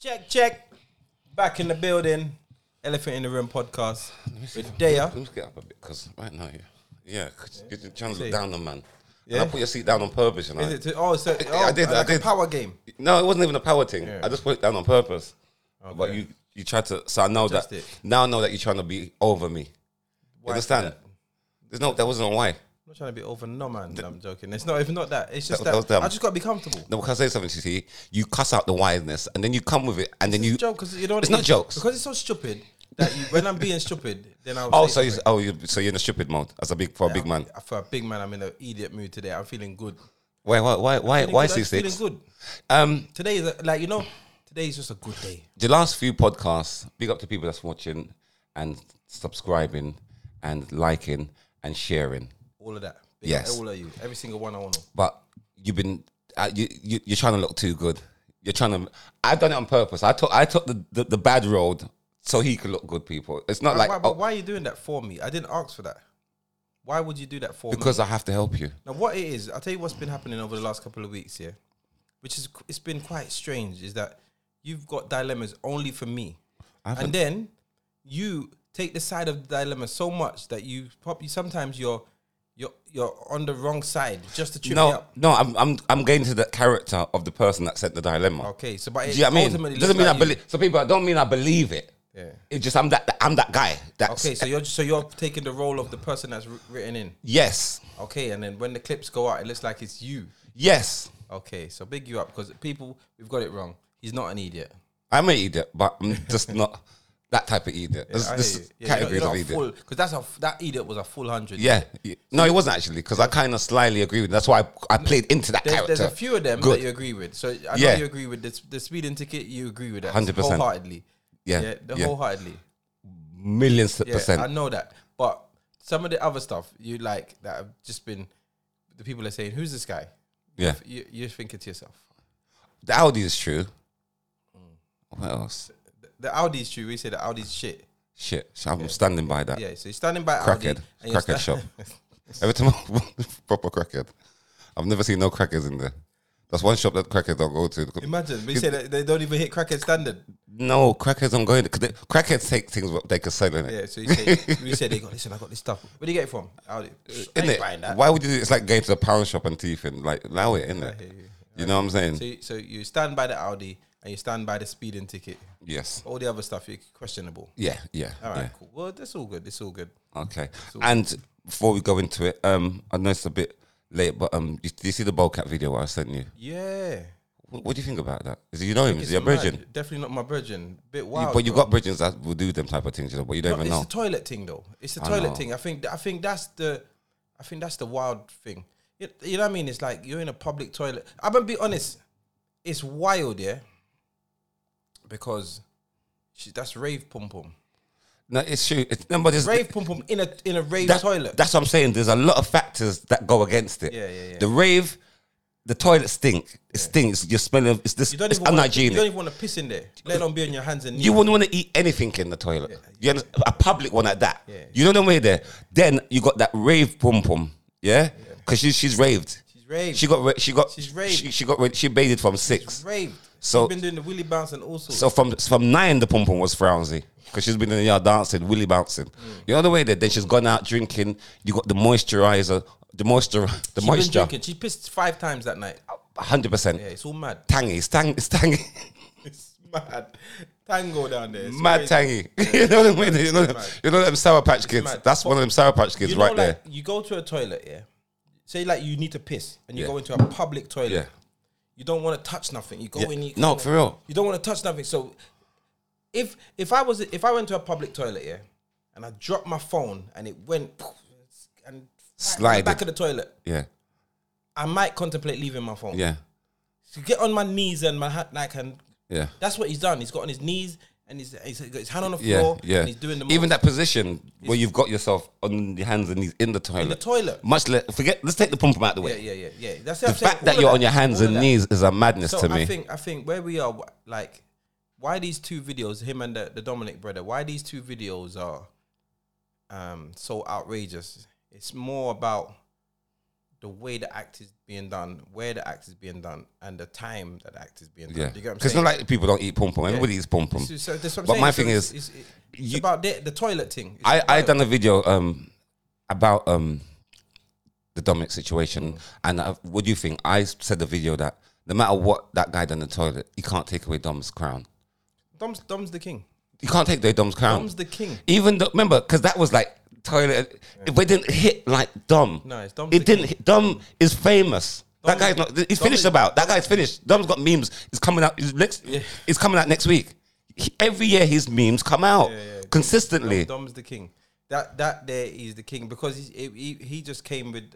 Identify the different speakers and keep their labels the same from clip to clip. Speaker 1: Check, check. Back in the building. Elephant in the Room podcast with Daya.
Speaker 2: Let me just get up a bit because right now, yeah, yeah, 'cause you can trying to
Speaker 1: See.
Speaker 2: look down on man.
Speaker 1: Yeah.
Speaker 2: And I put your seat down on purpose, you know.
Speaker 1: Is it to, oh, so
Speaker 2: I-
Speaker 1: oh,
Speaker 2: I did,
Speaker 1: like
Speaker 2: I
Speaker 1: a
Speaker 2: did.
Speaker 1: power game.
Speaker 2: no, it wasn't even a power thing.
Speaker 1: Yeah.
Speaker 2: I just put it down on purpose. But
Speaker 1: Okay.
Speaker 2: you, you tried to. So I know
Speaker 1: Just
Speaker 2: that
Speaker 1: it.
Speaker 2: now. I know that you're trying to be over me.
Speaker 1: Why is
Speaker 2: understand?
Speaker 1: that?
Speaker 2: There's no. That wasn't why.
Speaker 1: I'm not trying to be over, no man. I'm joking. It's not even not that. It's just
Speaker 2: That- that
Speaker 1: that,
Speaker 2: was dumb.
Speaker 1: I just got to be comfortable.
Speaker 2: No, because I say something. You see, you cuss out the wiseness, and then you come with it, and then you.
Speaker 1: Joke, because you know what
Speaker 2: It's
Speaker 1: it
Speaker 2: not
Speaker 1: is?
Speaker 2: jokes.
Speaker 1: Because it's so stupid that you, when I'm being stupid, then I'll.
Speaker 2: Oh,
Speaker 1: say
Speaker 2: so you,
Speaker 1: something.
Speaker 2: oh, you, so you're in a stupid mode as a big for a big man.
Speaker 1: I'm- For a big man, I'm in an idiot mood today. I'm feeling good.
Speaker 2: Why, why, why, why,
Speaker 1: Feeling
Speaker 2: why
Speaker 1: good. I'm
Speaker 2: six six?
Speaker 1: Feeling good.
Speaker 2: Um,
Speaker 1: Today is a, like you know. Today is just a good day.
Speaker 2: the last few podcasts, big up to people that's watching and subscribing and liking and sharing.
Speaker 1: All of that. Big
Speaker 2: Yes.
Speaker 1: All of you. Every single one I want.
Speaker 2: But you've been, uh, you, you, you're trying to look too good. You're trying to, I've done it on purpose. I took, I took the, the, the bad road so he could look good, people. It's not like,
Speaker 1: why,
Speaker 2: oh,
Speaker 1: but why are you doing that for me? I didn't ask for that. Why would you do that for me?
Speaker 2: because I have to help you.
Speaker 1: Now, what it is, I'll tell you what's been happening over the last couple of weeks here, which is it's been quite strange, is that you've got dilemmas only for me, and then you take the side of the dilemma so much that you pop you sometimes you're you're you're on the wrong side just to trip me
Speaker 2: No,
Speaker 1: up.
Speaker 2: no, I'm, I'm, I'm getting to the character of the person that sent the dilemma.
Speaker 1: Okay, so but it
Speaker 2: Do you know what I
Speaker 1: ultimately
Speaker 2: mean? Doesn't
Speaker 1: looks
Speaker 2: mean
Speaker 1: like
Speaker 2: I
Speaker 1: you.
Speaker 2: believe. So people, I don't mean I believe it.
Speaker 1: Yeah.
Speaker 2: It's just I'm that I'm that guy. That's
Speaker 1: Okay, so you're so you're taking the role of the person that's wr- written in.
Speaker 2: yes,
Speaker 1: Okay, and then when the clips go out, it looks like it's you.
Speaker 2: yes.
Speaker 1: Okay, so big you up because people we've got it wrong. He's not an idiot.
Speaker 2: I'm an idiot, but I'm just not that type of idiot. There's,
Speaker 1: I
Speaker 2: there's
Speaker 1: hear you. Yeah,
Speaker 2: categories of idiot.
Speaker 1: Because that's a f- that idiot was a full hundred.
Speaker 2: yeah, yeah. no, it wasn't actually because I kind of slyly agree with. That's why I, I played into that
Speaker 1: There's,
Speaker 2: character.
Speaker 1: there's a few of them
Speaker 2: Good.
Speaker 1: that you agree with. So I
Speaker 2: Yeah.
Speaker 1: know you agree with this, the speeding ticket. You agree with that
Speaker 2: 100%.
Speaker 1: wholeheartedly.
Speaker 2: Yeah,
Speaker 1: the
Speaker 2: yeah.
Speaker 1: wholeheartedly.
Speaker 2: Millions
Speaker 1: Yeah,
Speaker 2: percent.
Speaker 1: I know that. But some of the other stuff you like that have just been the people are saying, "Who's this guy?"
Speaker 2: yeah,
Speaker 1: You, you're thinking to yourself,
Speaker 2: the Audi is true.
Speaker 1: Mm.
Speaker 2: What else?
Speaker 1: "The Audi's true." We say the Audi's shit.
Speaker 2: Shit, so I'm standing by that.
Speaker 1: Yeah, so you're standing by
Speaker 2: Crackhead.
Speaker 1: Audi. and you're
Speaker 2: Crackhead
Speaker 1: sta-
Speaker 2: Every time I proper crackhead, I've never seen no crackers in there. That's one shop that crackhead don't go to.
Speaker 1: Imagine we say that they don't even hit crackhead standard.
Speaker 2: No, crackheads don't go in. 'cause they- Crackheads take things what they can sell in it.
Speaker 1: Yeah, so you say you say they got listen, I got this stuff. Where do you get it from? Audi.
Speaker 2: Uh,
Speaker 1: I ain't
Speaker 2: Innit?
Speaker 1: buying that.
Speaker 2: Why would you do It's like going to the pound shop and thieving. Like, allow it, innit?
Speaker 1: hear you.
Speaker 2: You know what I'm saying?
Speaker 1: So you, so you stand by the Audi and you stand by the speeding ticket.
Speaker 2: yes.
Speaker 1: All the other stuff you're questionable.
Speaker 2: Yeah, yeah.
Speaker 1: All right, cool. Well, that's all good. It's all good.
Speaker 2: yeah. Okay. And before we go into it, um, I know it's a bit late, but um, you, do you see the Bowcat video I sent you?
Speaker 1: Yeah.
Speaker 2: What, what do you think about that? Is it, you know him? Is
Speaker 1: It's
Speaker 2: he a
Speaker 1: mad.
Speaker 2: Bridging?
Speaker 1: Definitely not my virgin. Bit wild.
Speaker 2: but you
Speaker 1: bro.
Speaker 2: got Bridgins that will do them type of things, you know, but you don't
Speaker 1: No,
Speaker 2: even
Speaker 1: it's
Speaker 2: know.
Speaker 1: the toilet thing though. It's the
Speaker 2: I
Speaker 1: toilet
Speaker 2: know.
Speaker 1: thing. I think I think that's the I think that's the wild thing. You, you know what I mean? It's like you're in a public toilet. I'm gonna be honest. It's wild, yeah. Because she, that's rave pom pom.
Speaker 2: no, it's true. It's, no, but it's,
Speaker 1: Rave pom pom in a in a rave
Speaker 2: that-
Speaker 1: toilet.
Speaker 2: That's what I'm saying. There's a lot of factors that go against it.
Speaker 1: Yeah, yeah, yeah.
Speaker 2: The rave, the toilet stink. It stinks. You're smelling. It's this.
Speaker 1: You don't
Speaker 2: It's
Speaker 1: even wanna,
Speaker 2: unhygienic.
Speaker 1: You don't even want to piss in there. Let alone be on your hands and knees.
Speaker 2: You wouldn't want to eat anything in the toilet. You under- a public one at that.
Speaker 1: Yeah.
Speaker 2: You know the way there. Then you got that rave pom pom. Yeah, because she, she's raved.
Speaker 1: she's raved.
Speaker 2: She got ra- she got
Speaker 1: She's raved.
Speaker 2: She, she got ra- she bathed from six.
Speaker 1: she's raved.
Speaker 2: So-
Speaker 1: she's been doing the willy bounce and all sorts.
Speaker 2: So from from nine, the pom pom was frowsy because she's been in the yard dancing, willy bouncing.
Speaker 1: Mm.
Speaker 2: You know the way there. Then she's gone out drinking. You got the moisturizer, the moisture, the
Speaker 1: she's been
Speaker 2: moisture,
Speaker 1: drinking. She pissed five times that night.
Speaker 2: hundred percent.
Speaker 1: Yeah, it's all mad.
Speaker 2: Tangy, it's tangy, it's tangy,
Speaker 1: It's mad. Tango down there. It's
Speaker 2: mad
Speaker 1: crazy.
Speaker 2: tangy. you know them, way there, you know them, you know them sour patch kids.
Speaker 1: mad.
Speaker 2: That's one of them sour patch kids
Speaker 1: You know,
Speaker 2: right there.
Speaker 1: like you go to a toilet, yeah. Say like you need to piss, and you
Speaker 2: Yeah.
Speaker 1: go into a public toilet.
Speaker 2: Yeah.
Speaker 1: You don't want to touch nothing. You go
Speaker 2: Yeah.
Speaker 1: in. You
Speaker 2: No,
Speaker 1: go-
Speaker 2: for real.
Speaker 1: You don't want to touch nothing. So, if if I was if I went to a public toilet, yeah, and I dropped my phone and it went poof, and
Speaker 2: Slided.
Speaker 1: back of the toilet,
Speaker 2: Yeah,
Speaker 1: I might contemplate leaving my phone.
Speaker 2: yeah,
Speaker 1: So get on my knees and my hand, like, and
Speaker 2: yeah.
Speaker 1: that's what he's done. He's got on his knees and he's, he's got his hand on the
Speaker 2: Yeah,
Speaker 1: floor.
Speaker 2: yeah.
Speaker 1: And he's doing the
Speaker 2: Even
Speaker 1: most
Speaker 2: that position where you've got yourself on your hands and knees in the toilet.
Speaker 1: in the toilet.
Speaker 2: Much less, forget. Let's take the pom pom out the way.
Speaker 1: Yeah, yeah, yeah, yeah. That's
Speaker 2: The fact that you're on your hands and knees is a madness
Speaker 1: So
Speaker 2: to
Speaker 1: I
Speaker 2: me.
Speaker 1: think I think where we are, wh- like, why these two videos, him and the, the Dominic brother, why these two videos are um so outrageous. It's more about the way the act is being done, where the act is being done, and the time that the act is being done.
Speaker 2: Yeah,
Speaker 1: Do you get what I'm
Speaker 2: because it's
Speaker 1: saying?
Speaker 2: not like people don't eat pom pom. Everybody eats pom pom.
Speaker 1: So, so that's what I'm
Speaker 2: But
Speaker 1: saying.
Speaker 2: my
Speaker 1: So
Speaker 2: thing
Speaker 1: it's-
Speaker 2: is,
Speaker 1: it's, it's,
Speaker 2: you-
Speaker 1: about the, the toilet thing. It's
Speaker 2: I I
Speaker 1: about-
Speaker 2: done a video um about um the Dominic situation, and uh, what do you think? I said the video that no matter what that guy done in the toilet, you can't take away Dom's crown.
Speaker 1: Dom's, Dom's the king.
Speaker 2: You can't take away Dom's crown.
Speaker 1: Dom's the king.
Speaker 2: Even though, remember, because that was like toilet. If it didn't hit like Dom,
Speaker 1: No, it's Dom's
Speaker 2: It
Speaker 1: the
Speaker 2: didn't. Hit, Dom is famous. that
Speaker 1: Dom-
Speaker 2: guy's not. He's
Speaker 1: Dom
Speaker 2: finished
Speaker 1: is-
Speaker 2: about. That guy's finished. Dom's got memes. It's coming out. It's next.
Speaker 1: Yeah.
Speaker 2: It's coming out next week. He- every year his memes come out
Speaker 1: yeah. Dom-
Speaker 2: consistently.
Speaker 1: Dom's the king. That that there is the king because he's, he he- he just came with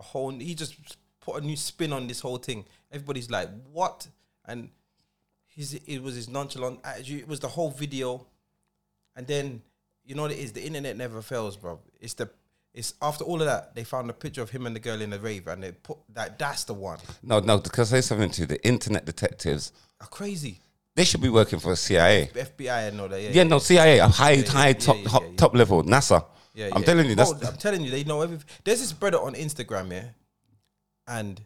Speaker 1: a whole. He just put a new spin on this whole thing. Everybody's like, what? And his it was his nonchalant attitude. It was the whole video, and then you know what it is. The internet never fails, bro. It's the it's after all of that they found a picture of him and the girl in the rave, and they put that. That's the one.
Speaker 2: No, no. Because I say something to you, the internet detectives.
Speaker 1: Uh, crazy
Speaker 2: They should be working for CIA.
Speaker 1: FBI and all that. Yeah,
Speaker 2: Yeah, no, CIA, a high, high, top,
Speaker 1: yeah,
Speaker 2: top,
Speaker 1: yeah, yeah.
Speaker 2: top level, NASA.
Speaker 1: Yeah,
Speaker 2: I'm
Speaker 1: yeah.
Speaker 2: telling you, that's
Speaker 1: Bro, I'm telling you, they know everything. There's this brother on Instagram, yeah, and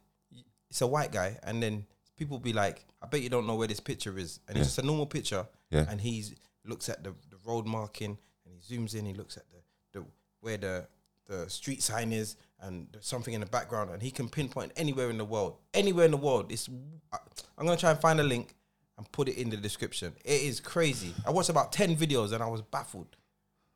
Speaker 1: it's a white guy, and then people be like, "I bet you don't know where this picture is," and it's just a normal picture,
Speaker 2: Yeah.
Speaker 1: and he's looks at the, the road marking, and he zooms in, he looks at the, the where the the street sign is, and there's something in the background, and he can pinpoint anywhere in the world, anywhere in the world. It's I- I'm gonna try and find a link. And put it in the description. It is crazy. I watched about ten videos and I was baffled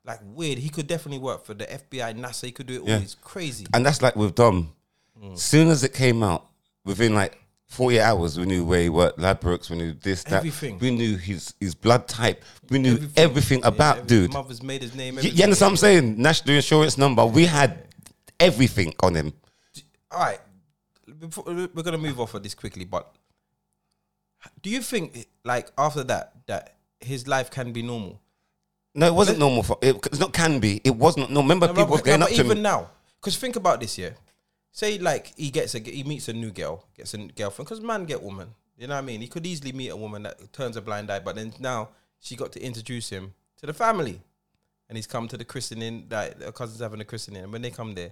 Speaker 1: like weird. He could definitely work for the FBI, NASA. He could do it all.
Speaker 2: Yeah.
Speaker 1: It's crazy.
Speaker 2: and that's like with Dom.
Speaker 1: Mm.
Speaker 2: Soon as it came out, within like 48 hours, we knew where he worked, Ladbrokes, we knew this, that.
Speaker 1: Everything.
Speaker 2: We knew his, his blood type. We knew everything, about
Speaker 1: Every-
Speaker 2: dude.
Speaker 1: Mother's made his name.
Speaker 2: You,
Speaker 1: everything.
Speaker 2: you understand what I'm saying? National insurance number. We had everything on him.
Speaker 1: All right, Before- we're gonna move off of this quickly, but do you think like after that that his life can be normal?
Speaker 2: No, it wasn't normal. For, it, it's not can be. It was not. No, remember
Speaker 1: No,
Speaker 2: people was
Speaker 1: but- no,
Speaker 2: going
Speaker 1: but
Speaker 2: up to
Speaker 1: even
Speaker 2: him.
Speaker 1: now, because think about this, yeah. Say like he gets a he meets a new girl, gets a n- girlfriend. Because man get woman, you know what I mean. He could easily meet a woman that turns a blind eye, but then now she got to introduce him to the family, and he's come to the christening. Like the cousins having a christening, and when they come there,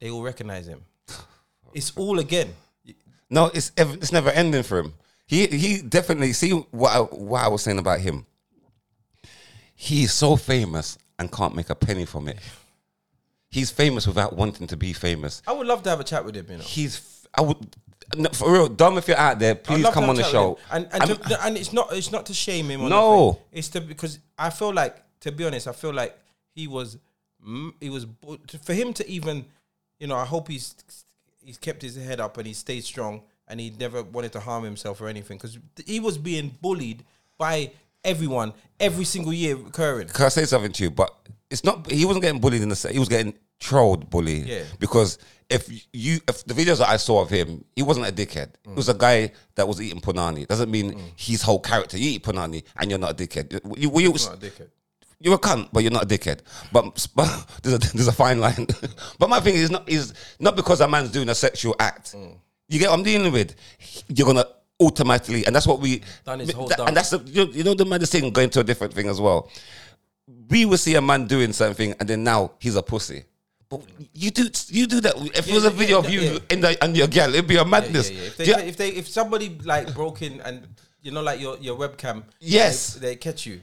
Speaker 1: they all recognize him. It's all again.
Speaker 2: No, it's ev- it's never ending for him. He he definitely see what I, what I was saying about him. He's so famous and can't make a penny from it. He's famous without wanting to be famous.
Speaker 1: I would love to have a chat with him. You know,
Speaker 2: He's f- I would no, for real dumb if you're out there.
Speaker 1: I'd
Speaker 2: Please
Speaker 1: love to
Speaker 2: come
Speaker 1: have
Speaker 2: on
Speaker 1: a
Speaker 2: the
Speaker 1: chat with
Speaker 2: show.
Speaker 1: him. And and, to, and it's not it's not to shame him. Or
Speaker 2: No.
Speaker 1: nothing. it's to because I feel like to be honest, I feel like he was mm, he was bu- to- for him to even you know I hope he's he's kept his head up and he stayed strong and he never wanted to harm himself or anything because he was being bullied by everyone every single year recurring.
Speaker 2: Can I say something to you? But it's not. He wasn't getting bullied in the. se- He was getting trolled, bullied.
Speaker 1: Yeah.
Speaker 2: Because if you, if the videos that I saw of him, he wasn't a dickhead. He was a guy that was eating punani. Doesn't mean his whole character. You eat punani and you're not a dickhead. You, you, you,
Speaker 1: Not a dickhead.
Speaker 2: you're a cunt, but you're not a dickhead. But, but there's, a, there's a fine line. but my thing is not is not because a man's doing a sexual act.
Speaker 1: Mm.
Speaker 2: You get what I'm dealing with. You're gonna automatically, and that's what we.
Speaker 1: Done his whole
Speaker 2: that-
Speaker 1: dance.
Speaker 2: and that's the, you, know, you know the maddest thing going to a different thing as well. We will see a man doing something, and then now he's a pussy. But you do you do that. If it was a
Speaker 1: yeah,
Speaker 2: video of
Speaker 1: yeah,
Speaker 2: you
Speaker 1: yeah.
Speaker 2: in the, and your girl, it'd be a
Speaker 1: Yeah,
Speaker 2: madness.
Speaker 1: yeah. If they,
Speaker 2: Do you-
Speaker 1: if they if somebody like broke in and you know like your your webcam
Speaker 2: Yes.
Speaker 1: they, they catch you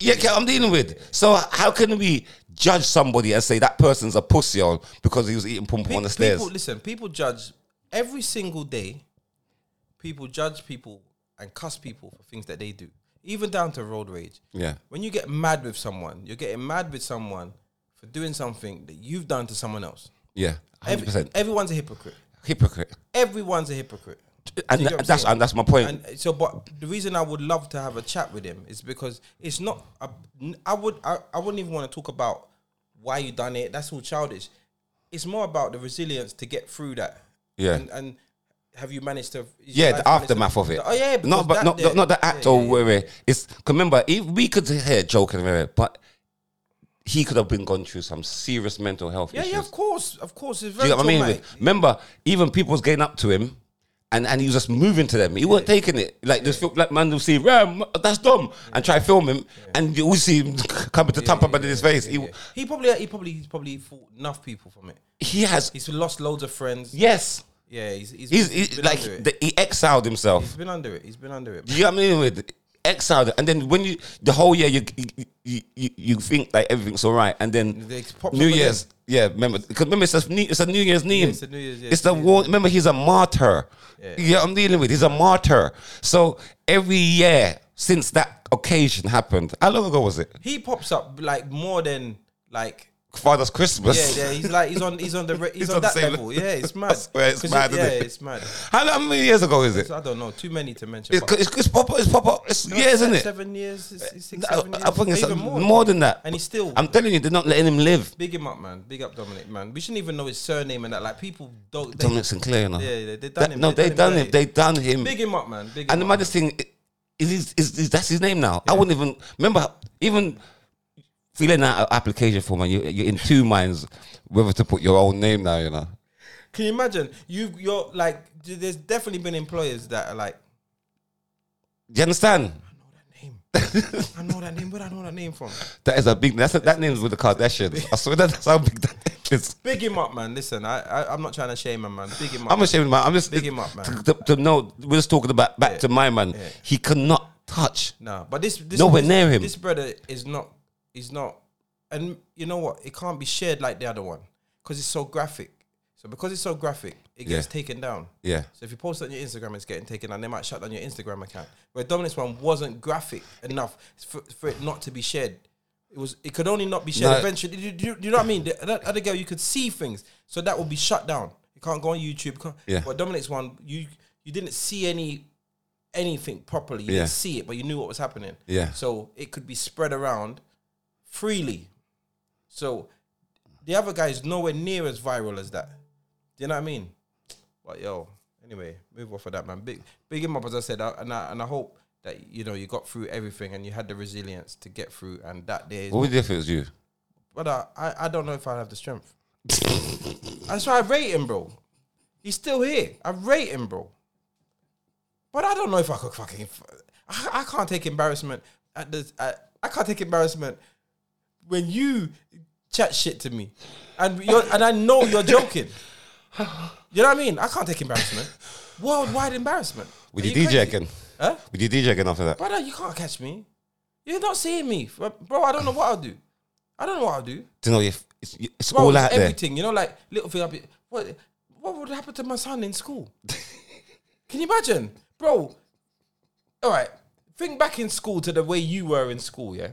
Speaker 2: Yeah, okay, I'm dealing with. So how can we judge somebody and say that person's a pussy or because he was eating pom pom on the
Speaker 1: Pe-
Speaker 2: stairs?
Speaker 1: People, listen, people judge every single day. People judge people and cuss people for things that they do, even down to road rage.
Speaker 2: Yeah.
Speaker 1: When you get mad with someone, you're getting mad with someone for doing something that you've done to someone else.
Speaker 2: Yeah,
Speaker 1: Every-
Speaker 2: hundred percent
Speaker 1: everyone's a hypocrite.
Speaker 2: hypocrite,
Speaker 1: Everyone's a hypocrite.
Speaker 2: and
Speaker 1: you get
Speaker 2: tha-
Speaker 1: what I'm
Speaker 2: that's
Speaker 1: saying?
Speaker 2: and that's my point.
Speaker 1: And so, but the reason I would love to have a chat with him is because it's not. A, I would. I, I wouldn't even want to talk about why you done it. That's all childish. It's more about the resilience to get through that.
Speaker 2: Yeah.
Speaker 1: And, and have you managed to? is your life
Speaker 2: yeah, the
Speaker 1: managed to-
Speaker 2: aftermath of it.
Speaker 1: Oh yeah. because
Speaker 2: not but
Speaker 1: that
Speaker 2: not
Speaker 1: there-
Speaker 2: not the act
Speaker 1: yeah,
Speaker 2: or
Speaker 1: yeah, yeah.
Speaker 2: where it's. 'cause Remember, if we could hear joking, but he could have been gone through some serious mental health
Speaker 1: Yeah,
Speaker 2: issues.
Speaker 1: yeah, of course, of course. It's
Speaker 2: Do
Speaker 1: very.
Speaker 2: you know what I mean?
Speaker 1: traumatic.
Speaker 2: Remember, even people was getting up to him, and, and he was just moving to them. He wasn't taking it. Like this, fil- like man will see, Ram, that's dumb, and try to film him, and you always see him coming to tamp up in his face. He,
Speaker 1: He probably he probably he's probably fought enough people from it.
Speaker 2: he, he has.
Speaker 1: He's lost loads of friends.
Speaker 2: Yes,
Speaker 1: Yeah, he's he's,
Speaker 2: he's,
Speaker 1: he's
Speaker 2: he's
Speaker 1: been
Speaker 2: like
Speaker 1: under it.
Speaker 2: the, he exiled himself.
Speaker 1: he's been under it. He's been under it.
Speaker 2: Do you know what I mean? With exiled, and then when you the whole year you you you, you think like everything's all right, and then
Speaker 1: They pop up
Speaker 2: New
Speaker 1: again.
Speaker 2: Year's. Yeah, remember because remember it's a new, it's a New Year's name.
Speaker 1: it's a New Year's, yeah,
Speaker 2: It's the
Speaker 1: New
Speaker 2: war. Remember he's a martyr. Yeah, I'm dealing with. He's a martyr. So every year since that occasion happened, how long ago was it?
Speaker 1: He pops up like more than like
Speaker 2: Father's
Speaker 1: yeah,
Speaker 2: Christmas.
Speaker 1: yeah. He's like he's on he's on the re- he's,
Speaker 2: He's
Speaker 1: on,
Speaker 2: on the
Speaker 1: that
Speaker 2: same
Speaker 1: level.
Speaker 2: level.
Speaker 1: Yeah, it's
Speaker 2: I
Speaker 1: mad.
Speaker 2: swear it's
Speaker 1: 'Cause
Speaker 2: mad,
Speaker 1: It,
Speaker 2: isn't
Speaker 1: yeah,
Speaker 2: it?
Speaker 1: it's mad.
Speaker 2: How, long- how many years ago is it?
Speaker 1: So I don't know. Too many to mention.
Speaker 2: It's,
Speaker 1: but
Speaker 2: it's, it's pop it's pop up. It's years, isn't it?
Speaker 1: Seven years. It's, it's six,
Speaker 2: I,
Speaker 1: seven years.
Speaker 2: I think it's
Speaker 1: even
Speaker 2: more,
Speaker 1: more.
Speaker 2: than that.
Speaker 1: And he's still.
Speaker 2: I'm telling you, they're not letting him live.
Speaker 1: Big him up, man. Big up Dominic, man. We shouldn't even know his surname and that. Like people don't. They,
Speaker 2: Dominic Sinclair, you know.
Speaker 1: Yeah, yeah, they done
Speaker 2: That-
Speaker 1: him.
Speaker 2: No, they done him.
Speaker 1: dirty.
Speaker 2: They done him.
Speaker 1: Big him up, man. Big him
Speaker 2: And the
Speaker 1: up,
Speaker 2: maddest thing i- is, is, is, is that's his name now. I wouldn't even remember even filling out an application form and you, you're in two minds whether to put your own name now. You know,
Speaker 1: Can you imagine? You you're like d- there's definitely been employers that are like,
Speaker 2: do you
Speaker 1: I
Speaker 2: understand?
Speaker 1: know that name. I know that name. Where do I know that name from?
Speaker 2: That is a big. That's a, that name's with the Kardashians. I swear that, that's how big that name is.
Speaker 1: Big him up, man. Listen, I, I I'm not trying to shame him, man. Big him up.
Speaker 2: I'm ashamed, man. I'm just
Speaker 1: Big him up, man.
Speaker 2: To, to- to know, we're just talking about back to my man. He cannot touch.
Speaker 1: nah, but this, this
Speaker 2: Nowhere
Speaker 1: this-
Speaker 2: near him.
Speaker 1: This brother is not is not, and you know what? It can't be shared like the other one because it's so graphic. So because it's so graphic, it gets
Speaker 2: Yeah.
Speaker 1: taken down.
Speaker 2: Yeah.
Speaker 1: So if you post it on your Instagram, it's getting taken down. They might shut down your Instagram account. Where Dominic's one wasn't graphic enough for, for it not to be shared. It was. It could only not be shared
Speaker 2: No.
Speaker 1: eventually. Do you, do you- do you know what I mean? The, that other girl, you could see things, so that will be shut down. You can't go on YouTube. Can't,
Speaker 2: Yeah.
Speaker 1: But Dominic's one, you you didn't see any anything properly. You
Speaker 2: Yeah.
Speaker 1: didn't see it, but you knew what was happening.
Speaker 2: Yeah.
Speaker 1: So it could be spread around freely. So the other guy is nowhere near as viral as that. Do you know what I mean? But yo, anyway, move off of that, man. Big, big him up as I said, I- and I, and I hope that you know you got through everything and you had the resilience to get through. And that day, is,
Speaker 2: What would you do if it was you?
Speaker 1: but I, I, I don't know if I have the strength. That's why I rate him, bro. He's still here. I rate him, bro. But I don't know if I could fucking. I, I can't take embarrassment at this. I, I can't take embarrassment when you chat shit to me, and you're, and I know you're joking. You know what I mean? I can't take embarrassment. Worldwide embarrassment.
Speaker 2: Would
Speaker 1: Are
Speaker 2: you, DJ
Speaker 1: crazy?
Speaker 2: again?
Speaker 1: Huh?
Speaker 2: Would you DJ again after that?
Speaker 1: Brother, you can't catch me. You're not seeing me, bro. I don't know what I'll do. I don't know what I'll do.
Speaker 2: Do you know if it's, it's
Speaker 1: Bro,
Speaker 2: all
Speaker 1: it's
Speaker 2: out there?
Speaker 1: everything, you know, like little thing. I'll be, what, what would happen to my son in school? Can you imagine, bro? All right, think back in school to the way you were in school, yeah.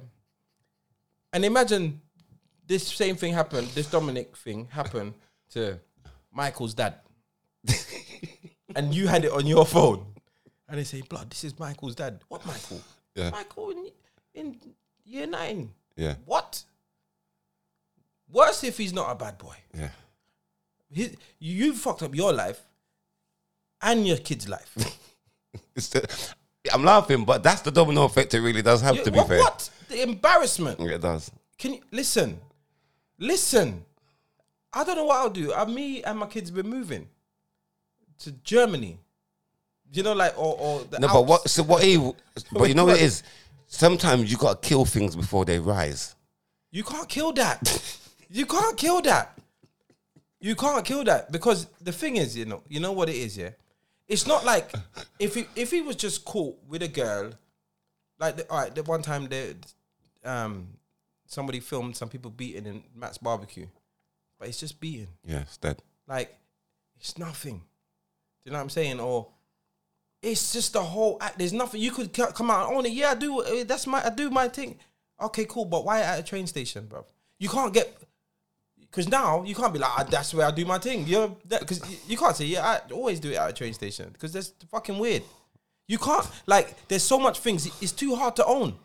Speaker 1: And imagine this same thing happened, this Dominic thing happened to Michael's dad, and you had it on your phone, and they say, "Blood, this is Michael's dad." What Michael?
Speaker 2: Yeah.
Speaker 1: Michael in, in year nine.
Speaker 2: Yeah,
Speaker 1: What? Worse if he's not a bad boy.
Speaker 2: yeah.
Speaker 1: He, you fucked up your life and your kid's life.
Speaker 2: It's the, I'm laughing, but that's the domino effect it really does have,
Speaker 1: You-
Speaker 2: to be
Speaker 1: what,
Speaker 2: fair.
Speaker 1: what? The embarrassment.
Speaker 2: It does.
Speaker 1: Can you listen? Listen. I don't know what I'll do. Uh, me and my kids been moving to Germany. You know, like or or the
Speaker 2: No, but
Speaker 1: Alps.
Speaker 2: what? So what? He, but you know what it is. Sometimes you gotta kill things before they rise.
Speaker 1: You can't kill that. you can't kill that. You can't kill that because the thing is, you know, you know what it is, yeah. It's not like if he if he was just caught with a girl, like the, all right, the one time they, um, somebody filmed some people beating in Matt's barbecue, but it's just beating.
Speaker 2: Yeah, it's dead.
Speaker 1: Like, it's nothing. Do you know what I'm saying? Or it's just the whole act. There's nothing you could c- come out and own it. Yeah, I do. eh, That's my. I do my thing. Okay, cool. But why at a train station, bro? You can't get. Because now you can't be like, "Ah, that's where I do my thing. You're because you can't say, yeah, I always do it at a train station because that's fucking weird. You can't like. There's so much things. It's too hard to own.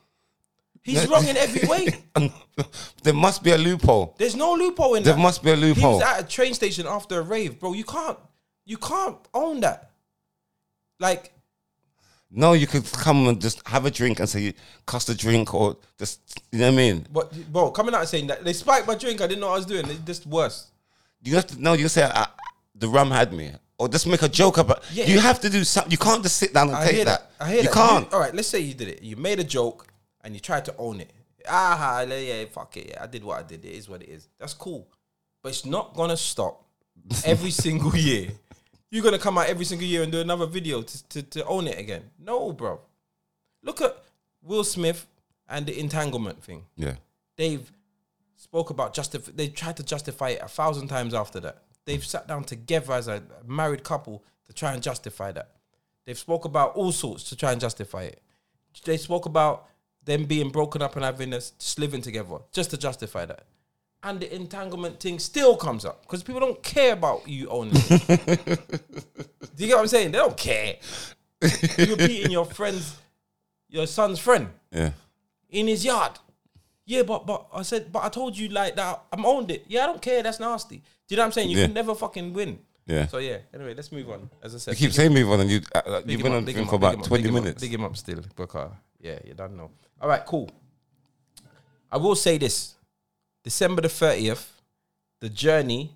Speaker 1: He's wrong in every way.
Speaker 2: there must be a loophole.
Speaker 1: There's no loophole in
Speaker 2: There
Speaker 1: that.
Speaker 2: must be a
Speaker 1: He was
Speaker 2: loophole.
Speaker 1: at a train station after a rave, bro. You can't, you can't own that. Like,
Speaker 2: No, you could come and just have a drink and say, cuss the drink or just, you know what I mean?
Speaker 1: but bro, coming out and saying that they spiked my drink, I didn't know what I was doing. It's just worse.
Speaker 2: You have to, no, you say, I, the rum had me. Or just make a joke about
Speaker 1: Yeah.
Speaker 2: You have to do something. You can't just sit down and
Speaker 1: I
Speaker 2: take
Speaker 1: hear that. I hear
Speaker 2: you
Speaker 1: that.
Speaker 2: can't.
Speaker 1: all right, let's say you did it. You made a joke and you tried to own it. Ah, yeah, yeah, fuck it. Yeah, I did what I did. It is what it is. That's cool. but it's not gonna stop every single year. You're gonna come out every single year and do another video to, to, to own it again. No, bro. Look at Will Smith and the entanglement thing.
Speaker 2: Yeah.
Speaker 1: They've spoke about justif- they tried to justify it a thousand times after that. They've sat down together as a married couple to try and justify that. They've spoke about all sorts to try and justify it. They spoke about them being broken up and having us just living together just to justify that. And the entanglement thing still comes up because people don't care about you owning. it. Do you get what I'm saying? They don't care. You're beating your friend's, your son's friend
Speaker 2: Yeah.
Speaker 1: in his yard. Yeah, but but I said, but I told you like that I'm owned it. Yeah, I don't care. That's nasty. Do you know what I'm saying? You
Speaker 2: Yeah.
Speaker 1: can never fucking win.
Speaker 2: Yeah.
Speaker 1: So yeah. Anyway, let's move on. As I said,
Speaker 2: You keep saying move on, and you uh, uh,
Speaker 1: big
Speaker 2: you've
Speaker 1: him
Speaker 2: been
Speaker 1: up,
Speaker 2: on
Speaker 1: big
Speaker 2: thing
Speaker 1: him
Speaker 2: for
Speaker 1: up, big him
Speaker 2: about
Speaker 1: up,
Speaker 2: twenty
Speaker 1: big him up,
Speaker 2: minutes.
Speaker 1: Big him up still, Bakar. Yeah, you don't know. All right, cool. I will say this: December the thirtieth, the journey,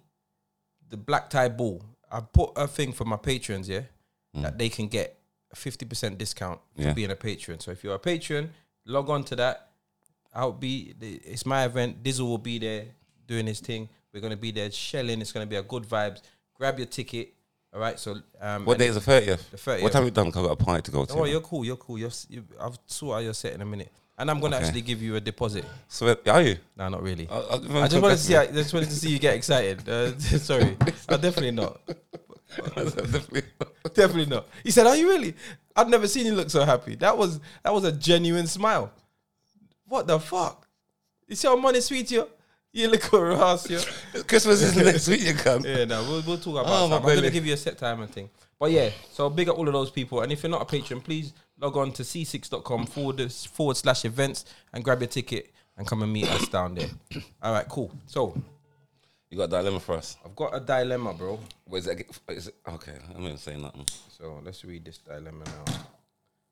Speaker 1: the black tie ball. I put a thing for my patrons, yeah, that they can get a fifty percent discount for
Speaker 2: Hmm. Yeah.
Speaker 1: being a patron. So if you're a patron, log on to that. I'll be. It's my event. Dizzle will be there doing his thing. We're gonna be there shelling. It's gonna be a good vibes. Grab your ticket. All right. So um,
Speaker 2: What
Speaker 1: and-
Speaker 2: day is the thirtieth?
Speaker 1: The 30th.
Speaker 2: What time you done? 'Cause I got a party to go
Speaker 1: Oh,
Speaker 2: to.
Speaker 1: you're cool. You're cool. You're, s- you, I've sort out your set in a minute, and I'm gonna
Speaker 2: Okay.
Speaker 1: actually give you a deposit.
Speaker 2: So uh, are you?
Speaker 1: No, not really.
Speaker 2: I,
Speaker 1: I just wanted to see. I just wanted to see you get excited. Uh, sorry, uh, definitely not. Definitely not. He said, "Are you really? I've never seen you look so happy. That was that was a genuine smile. What the fuck? You see how money sweet you? You look a ass, you."
Speaker 2: Christmas is next week. You come.
Speaker 1: Yeah, no, we'll, we'll talk about
Speaker 2: Oh,
Speaker 1: oh,
Speaker 2: my
Speaker 1: I'm going to
Speaker 2: belly.
Speaker 1: give you a set time and thing. But yeah, so big up all of those people. And if you're not a patron, please log on to c6.com forward, forward slash events and grab your ticket and come and meet us down there. All right, cool. So
Speaker 2: You got a dilemma for us.
Speaker 1: I've got a dilemma, bro.
Speaker 2: Where's that? get- Is it, okay, I'm not saying nothing.
Speaker 1: So let's read this dilemma now.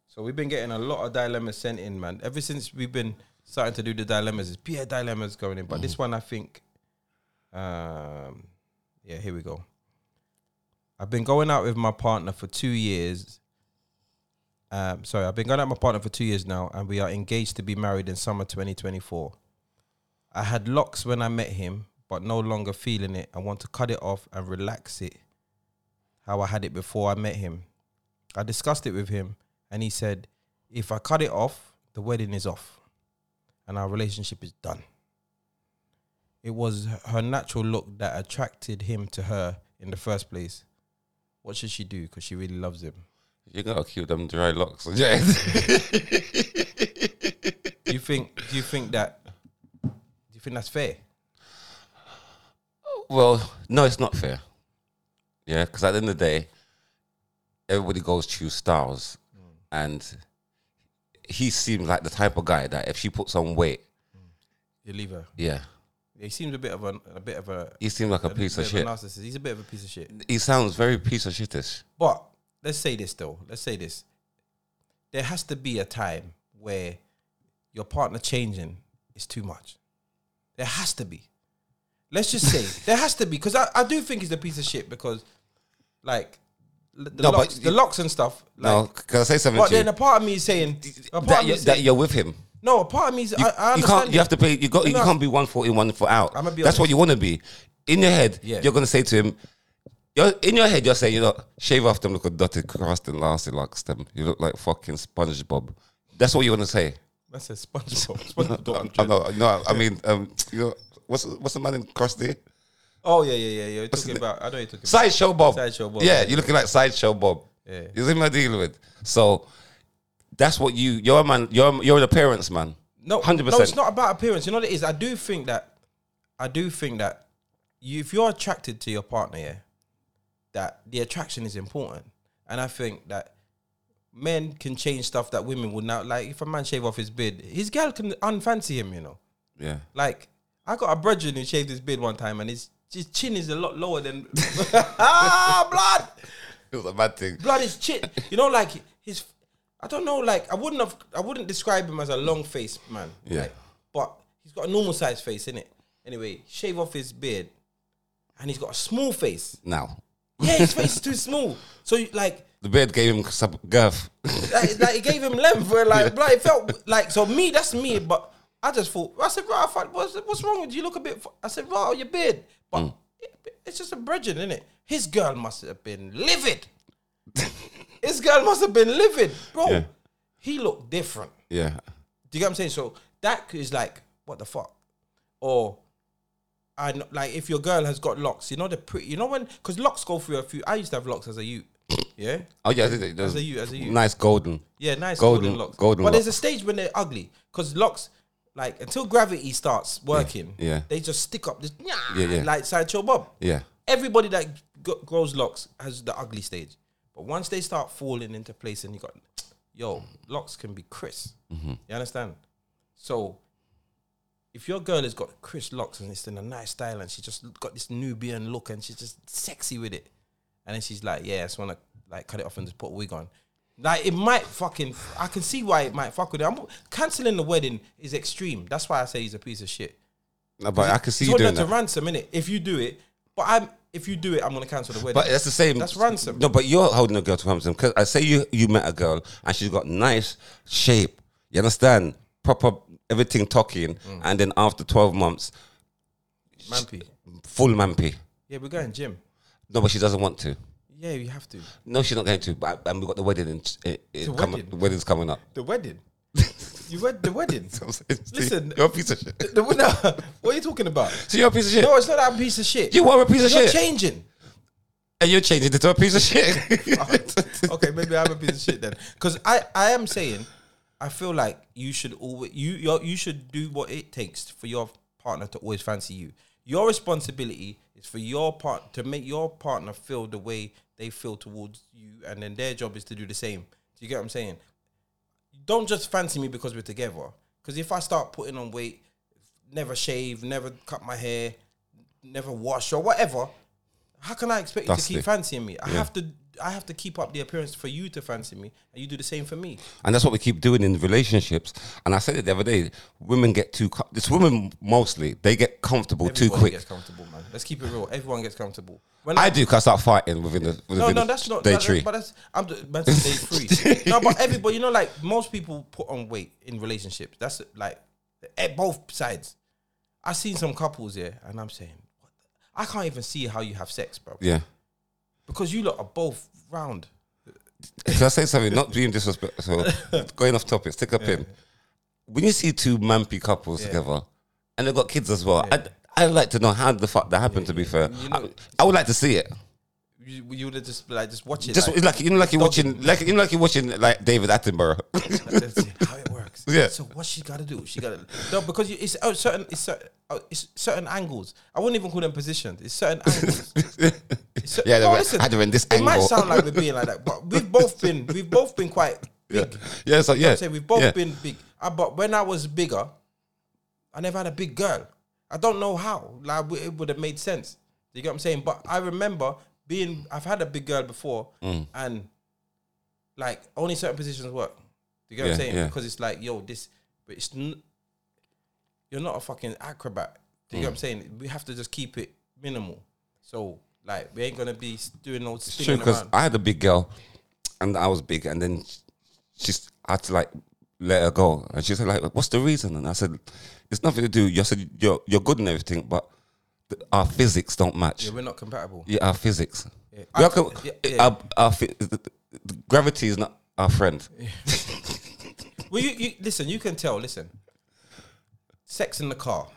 Speaker 1: So we've been getting a lot of dilemmas sent in, man. Ever since we've been starting to do the dilemmas, it's pure dilemmas going in. But this one, I think, um, yeah, here we go. I've been going out with my partner for two years. Um, sorry, I've been going out with my partner for two years now, and we are engaged to be married in summer 2024. I had locks when I met him, but no longer feeling it. I want to cut it off and relax it how I had it before I met him. I discussed it with him, and he said, If I cut it off, the wedding is off, and our relationship is done. It was her natural look that attracted him to her in the first place. What should she do? Because she really loves him.
Speaker 2: You gotta keep them dry locks. Yeah.
Speaker 1: Do you think? Do you think that? Do you think that's fair?
Speaker 2: well, no, it's not fair. Yeah, because at the end of the day, everybody goes through styles,
Speaker 1: Hmm.
Speaker 2: and he seems like the type of guy that if she puts on weight,
Speaker 1: You leave her.
Speaker 2: yeah,
Speaker 1: He seems a bit of a, a bit of a,
Speaker 2: he seems like a
Speaker 1: a
Speaker 2: piece of
Speaker 1: bit
Speaker 2: shit.
Speaker 1: a narcissist. He's a bit of a piece of shit.
Speaker 2: He sounds very piece of shitish.
Speaker 1: But let's say this though. Let's say this. There has to be a time where your partner changing is too much. There has to be. Let's just say there has to be because I, I do think he's a piece of shit because like l- the,
Speaker 2: No, but
Speaker 1: locks, the
Speaker 2: you-
Speaker 1: locks and stuff. Like,
Speaker 2: No, can I say something
Speaker 1: but
Speaker 2: to you?
Speaker 1: then a part of me is saying a part
Speaker 2: that,
Speaker 1: of me
Speaker 2: you're,
Speaker 1: is
Speaker 2: that
Speaker 1: saying-
Speaker 2: you're with him.
Speaker 1: no, a part of me is I, I
Speaker 2: you
Speaker 1: understand.
Speaker 2: can't. You
Speaker 1: it.
Speaker 2: have to play. You got. You
Speaker 1: No.
Speaker 2: can't be one foot in, one foot out.
Speaker 1: I'ma be
Speaker 2: That's what
Speaker 1: honest.
Speaker 2: you want to be. In your head,
Speaker 1: Yeah.
Speaker 2: you're gonna say to him. You're, in your head, you're saying, you know, shave off them, look at dotted, crossed and lasted like them. You look like fucking SpongeBob. That's what you want to say.
Speaker 1: That's a SpongeBob. SpongeBob.
Speaker 2: I know, no, I mean, um, you know, what's what's the man in Krusty?
Speaker 1: oh yeah, yeah, yeah. yeah. You're talking about. I know you're talking. about.
Speaker 2: Sideshow Bob.
Speaker 1: Sideshow Bob,
Speaker 2: Yeah,
Speaker 1: yeah.
Speaker 2: you're looking like Sideshow Bob.
Speaker 1: Yeah.
Speaker 2: You see what I'm dealing with? So that's what you, you're a man, you're, you're an appearance man.
Speaker 1: No,
Speaker 2: 100%.
Speaker 1: No, it's not about appearance. You know what it is. I do think that, I do think that, you, if you're attracted to your partner, yeah, that the attraction is important, and I think that men can change stuff that women would not like. If a man shave off his beard, his girl can unfancy him. You know,
Speaker 2: Yeah.
Speaker 1: like I got a brethren who shaved his beard one time, and his his chin is a lot lower than ah blood
Speaker 2: It was a bad thing.
Speaker 1: blood is chit. You know, like his. I don't know. Like I wouldn't have. I wouldn't describe him as a long face man.
Speaker 2: Yeah.
Speaker 1: like, but he's got a normal size face, innit? Anyway, shave off his beard, and he's got a small face.
Speaker 2: Now,
Speaker 1: Yeah, his face is too small. So you- like,
Speaker 2: the beard gave him some girth.
Speaker 1: like, like it gave him length. Where like, blood, it felt like. So me, that's me. But I just thought. I said, right, what's what's wrong with you? You Look a bit. fu-" I said, right, your beard. But it- it's just a bridging, isn't it? His girl must have been livid. His girl must have been livid, bro.
Speaker 2: Yeah.
Speaker 1: He looked different.
Speaker 2: Yeah.
Speaker 1: Do you get what I'm saying? So that is like, what the fuck? Or I kn- like if your girl has got locks, you know the pretty, you know when because locks go through a few. I used to have locks as a youth. Yeah,
Speaker 2: Oh yeah, th- th-
Speaker 1: a you, as a you.
Speaker 2: nice golden.
Speaker 1: yeah, nice golden,
Speaker 2: Golden-
Speaker 1: locks.
Speaker 2: golden
Speaker 1: but there's a stage when they're ugly because locks, like until gravity starts working,
Speaker 2: yeah.
Speaker 1: they just stick up. This,
Speaker 2: Yeah, yeah.
Speaker 1: like sideshow Bob.
Speaker 2: Yeah,
Speaker 1: Everybody that g- grows locks has the ugly stage, but once they start falling into place and you got, yo, locks can be Chris. You understand? So, if your girl has got Chris locks and it's in a nice style and she just got this Nubian look and she's just sexy with it, and then she's like, yeah, I just want to like cut it off and just put a wig on. Like it might fucking, I can see why it might fuck with it. I'm, canceling the wedding is extreme. That's why I say he's a piece of shit.
Speaker 2: no, but I can see
Speaker 1: He's
Speaker 2: you
Speaker 1: holding
Speaker 2: doing
Speaker 1: her to
Speaker 2: that.
Speaker 1: ransom, innit? If you do it, but I'm if you do it, I'm gonna cancel the wedding.
Speaker 2: But that's the same.
Speaker 1: That's ransom.
Speaker 2: No, but you're holding a girl to ransom because I say you you met a girl and she's got nice shape. You understand? Proper everything talking,
Speaker 1: Mm.
Speaker 2: and then after twelve months,
Speaker 1: Mampy.
Speaker 2: full mampy.
Speaker 1: Yeah, we're going gym.
Speaker 2: No, but she doesn't want to.
Speaker 1: Yeah, you have to.
Speaker 2: No, she's not going to. But and we got the wedding. In, in, in come,
Speaker 1: wedding?
Speaker 2: Wedding's coming up.
Speaker 1: The wedding. you wed the wedding. Listen.
Speaker 2: you're a piece of shit.
Speaker 1: the winner. What are you talking about?
Speaker 2: So you're a piece of shit.
Speaker 1: No, it's not that piece of shit.
Speaker 2: you are a piece of
Speaker 1: You're
Speaker 2: shit,
Speaker 1: changing.
Speaker 2: and you're changing it to a piece of shit.
Speaker 1: okay, maybe I'm a piece of shit then. Because I, I am saying, I feel like you should always you you're, you should do what it takes for your partner to always fancy you. Your responsibility is for your part to make your partner feel the way they feel towards you, and then their job is to do the same. Do you get what I'm saying? Don't just fancy me because we're together. Because if I start putting on weight, never shave, never cut my hair, never wash or whatever, how can I expect you to
Speaker 2: Dusty.
Speaker 1: keep fancying me? I have to I have to keep up the appearance for you to fancy me, and you do the same for me.
Speaker 2: And that's what we keep doing in relationships. And I said it the other day: women get too. Com- it's women mostly. They get comfortable too
Speaker 1: Everyone
Speaker 2: quick.
Speaker 1: gets comfortable, man. Let's keep it real. Everyone gets comfortable. When
Speaker 2: I do because I start fighting within the within
Speaker 1: no,
Speaker 2: the
Speaker 1: no, that's not
Speaker 2: day
Speaker 1: that-
Speaker 2: three.
Speaker 1: But that's I'm just- man said day three. no, but everybody, you know, like most people put on weight in relationships. That's like at both sides. I've seen some couples here, and I'm saying, what the, I can't even see how you have sex, bro,
Speaker 2: yeah.
Speaker 1: because you lot are both round.
Speaker 2: Can I say something? Not being disrespectful, going off topic, stick a pin. When you see two mampy couples together and they've got kids as well, I'd, I'd like to know how the fuck that happened, to be fair. I, I would like to see it.
Speaker 1: You, you would have just like just watch it.
Speaker 2: Just
Speaker 1: like,
Speaker 2: it's like, you know, like you're watching, like, you know, like you're watching like David Attenborough.
Speaker 1: That's it, how it works.
Speaker 2: Yeah.
Speaker 1: So what she got to do? She got to no because you, it's oh, certain it's certain, oh, it's certain angles. I wouldn't even call them positions. It's certain angles. It's cer-
Speaker 2: Yeah, they
Speaker 1: no,
Speaker 2: were-
Speaker 1: listen,
Speaker 2: had her in this
Speaker 1: It might
Speaker 2: angle.
Speaker 1: sound like we're being like that, but we've both been we've both been quite big.
Speaker 2: yeah, so yeah.
Speaker 1: Say we've both
Speaker 2: yeah.
Speaker 1: been big. Uh, but when I was bigger, I never had a big girl. I don't know how. Like w- it would have made sense. You get what I'm saying? But I remember being. I've had a big girl before,
Speaker 2: Mm.
Speaker 1: and like only certain positions work. You get what I'm
Speaker 2: Yeah,
Speaker 1: saying?
Speaker 2: yeah.
Speaker 1: Because it's like, yo, this, but it's n- you're not a fucking acrobat. Do you
Speaker 2: Mm.
Speaker 1: get what I'm saying? We have to just keep it minimal. So like, we ain't gonna be s- doing no
Speaker 2: It's true
Speaker 1: spinning
Speaker 2: because
Speaker 1: around.
Speaker 2: I had a big girl, and I was big, and then she's I had to like let her go, and she said like, "What's the reason?" And I said, "It's nothing to do." You said you're you're good and everything, but th- our physics don't match.
Speaker 1: yeah,
Speaker 2: Yeah,
Speaker 1: we're not compatible.
Speaker 2: our physics.
Speaker 1: Yeah.
Speaker 2: We are co-
Speaker 1: Yeah, yeah.
Speaker 2: Our, our phy- the- the- gravity is not our friend.
Speaker 1: Well, you, you listen. You can tell. Listen, sex in the car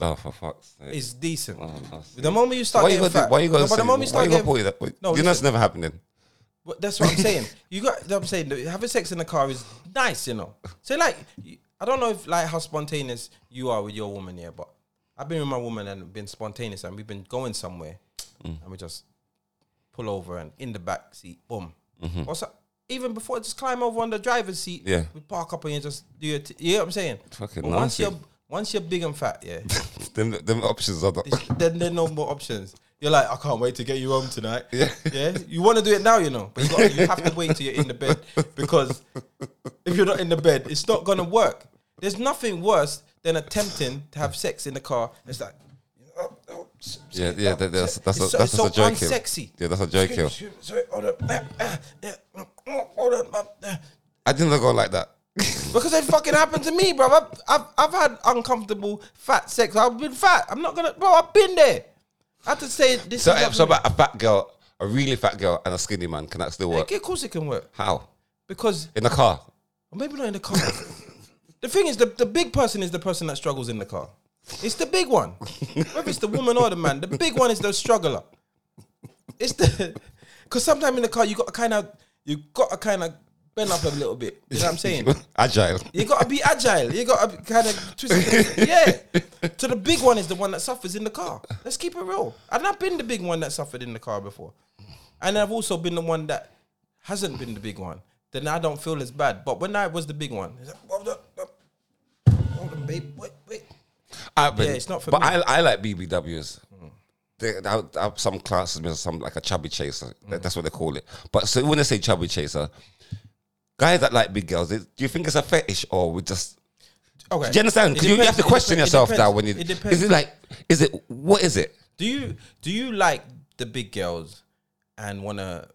Speaker 2: Oh, for fuck's sake!
Speaker 1: is decent.
Speaker 2: Oh, no.
Speaker 1: The moment you start
Speaker 2: Why you
Speaker 1: getting
Speaker 2: got to,
Speaker 1: fat,
Speaker 2: why you got
Speaker 1: no,
Speaker 2: to
Speaker 1: but
Speaker 2: say,
Speaker 1: the moment you
Speaker 2: why
Speaker 1: start
Speaker 2: you got to
Speaker 1: getting,
Speaker 2: put it that way?
Speaker 1: No,
Speaker 2: you know it's never happening.
Speaker 1: well, that's what I'm saying. You got. I'm saying that having sex in the car is nice, you know. So like, you- I don't know if like how spontaneous you are with your woman, yeah. But I've been with my woman and been spontaneous, and we've been going somewhere,
Speaker 2: Mm.
Speaker 1: and we just pull over and in the back seat, boom. Or so, even before, just climb over on the driver's seat.
Speaker 2: Mm-hmm. Yeah.
Speaker 1: we park up and you just do it. You know what I'm saying?
Speaker 2: Fucking
Speaker 1: But once
Speaker 2: nasty.
Speaker 1: you're once you're big and fat, yeah.
Speaker 2: them, them options are not.
Speaker 1: then there are no more options. You're like, I can't wait to get you home tonight. Yeah, You want to do it now, you know, but you, got, you have to wait till you're in the bed because if you're not in the bed, it's not gonna work. There's nothing worse than attempting to have sex in the car. It's like, oh, oh, s- s-
Speaker 2: Yeah, yeah, that, that's that's
Speaker 1: it's
Speaker 2: a,
Speaker 1: so,
Speaker 2: that's
Speaker 1: it's so
Speaker 2: a joke. here.
Speaker 1: unsexy.
Speaker 2: Yeah, that's a joke. here.
Speaker 1: Excuse- sorry, hold on. Ah, ah, yeah, mm, mm, hold on, ah, ah.
Speaker 2: I didn't go like that.
Speaker 1: Because it fucking happened to me, bro. I've, I've, I've had uncomfortable fat sex. I've been fat. I'm not gonna, bro. I've been there. I have to say this.
Speaker 2: So,
Speaker 1: is
Speaker 2: uh,
Speaker 1: up
Speaker 2: so
Speaker 1: for me.
Speaker 2: about a fat girl, a really fat girl, and a skinny man can that still work?
Speaker 1: Okay, of course it can work
Speaker 2: How?
Speaker 1: because
Speaker 2: In the car?
Speaker 1: maybe not in the car. the thing is, the, the big person is the person that struggles in the car. It's the big one, whether it's the woman or the man. The big one is the struggler. It's the because sometimes in the car you got to kind of you got to kind of bend up a little bit. You know what I'm saying?
Speaker 2: Agile.
Speaker 1: You gotta be agile. You gotta kind of twist. It. Yeah. So the big one is the one that suffers in the car. Let's keep it real. And I've been the big one that suffered in the car before, and I've also been the one that hasn't been the big one. Then I don't feel as bad. But when I was the big one, it's like, hold on, hold on, babe, wait, wait.
Speaker 2: I've been,
Speaker 1: Yeah, it's not for
Speaker 2: but
Speaker 1: me.
Speaker 2: I, I like BBWs. They, I, I, some classes, there's some like a chubby chaser.
Speaker 1: Mm.
Speaker 2: That- That's what they call it. But so when they say chubby chaser, guys that like big girls, they, do you think it's a fetish or we just?
Speaker 1: Okay.
Speaker 2: Do you understand?
Speaker 1: It
Speaker 2: Because you, you have
Speaker 1: depends,
Speaker 2: to
Speaker 1: it
Speaker 2: question
Speaker 1: depends, it
Speaker 2: yourself
Speaker 1: depends,
Speaker 2: now. When you
Speaker 1: it
Speaker 2: is
Speaker 1: depends.
Speaker 2: it like is it what is it?
Speaker 1: Do you do you like the big girls and wanna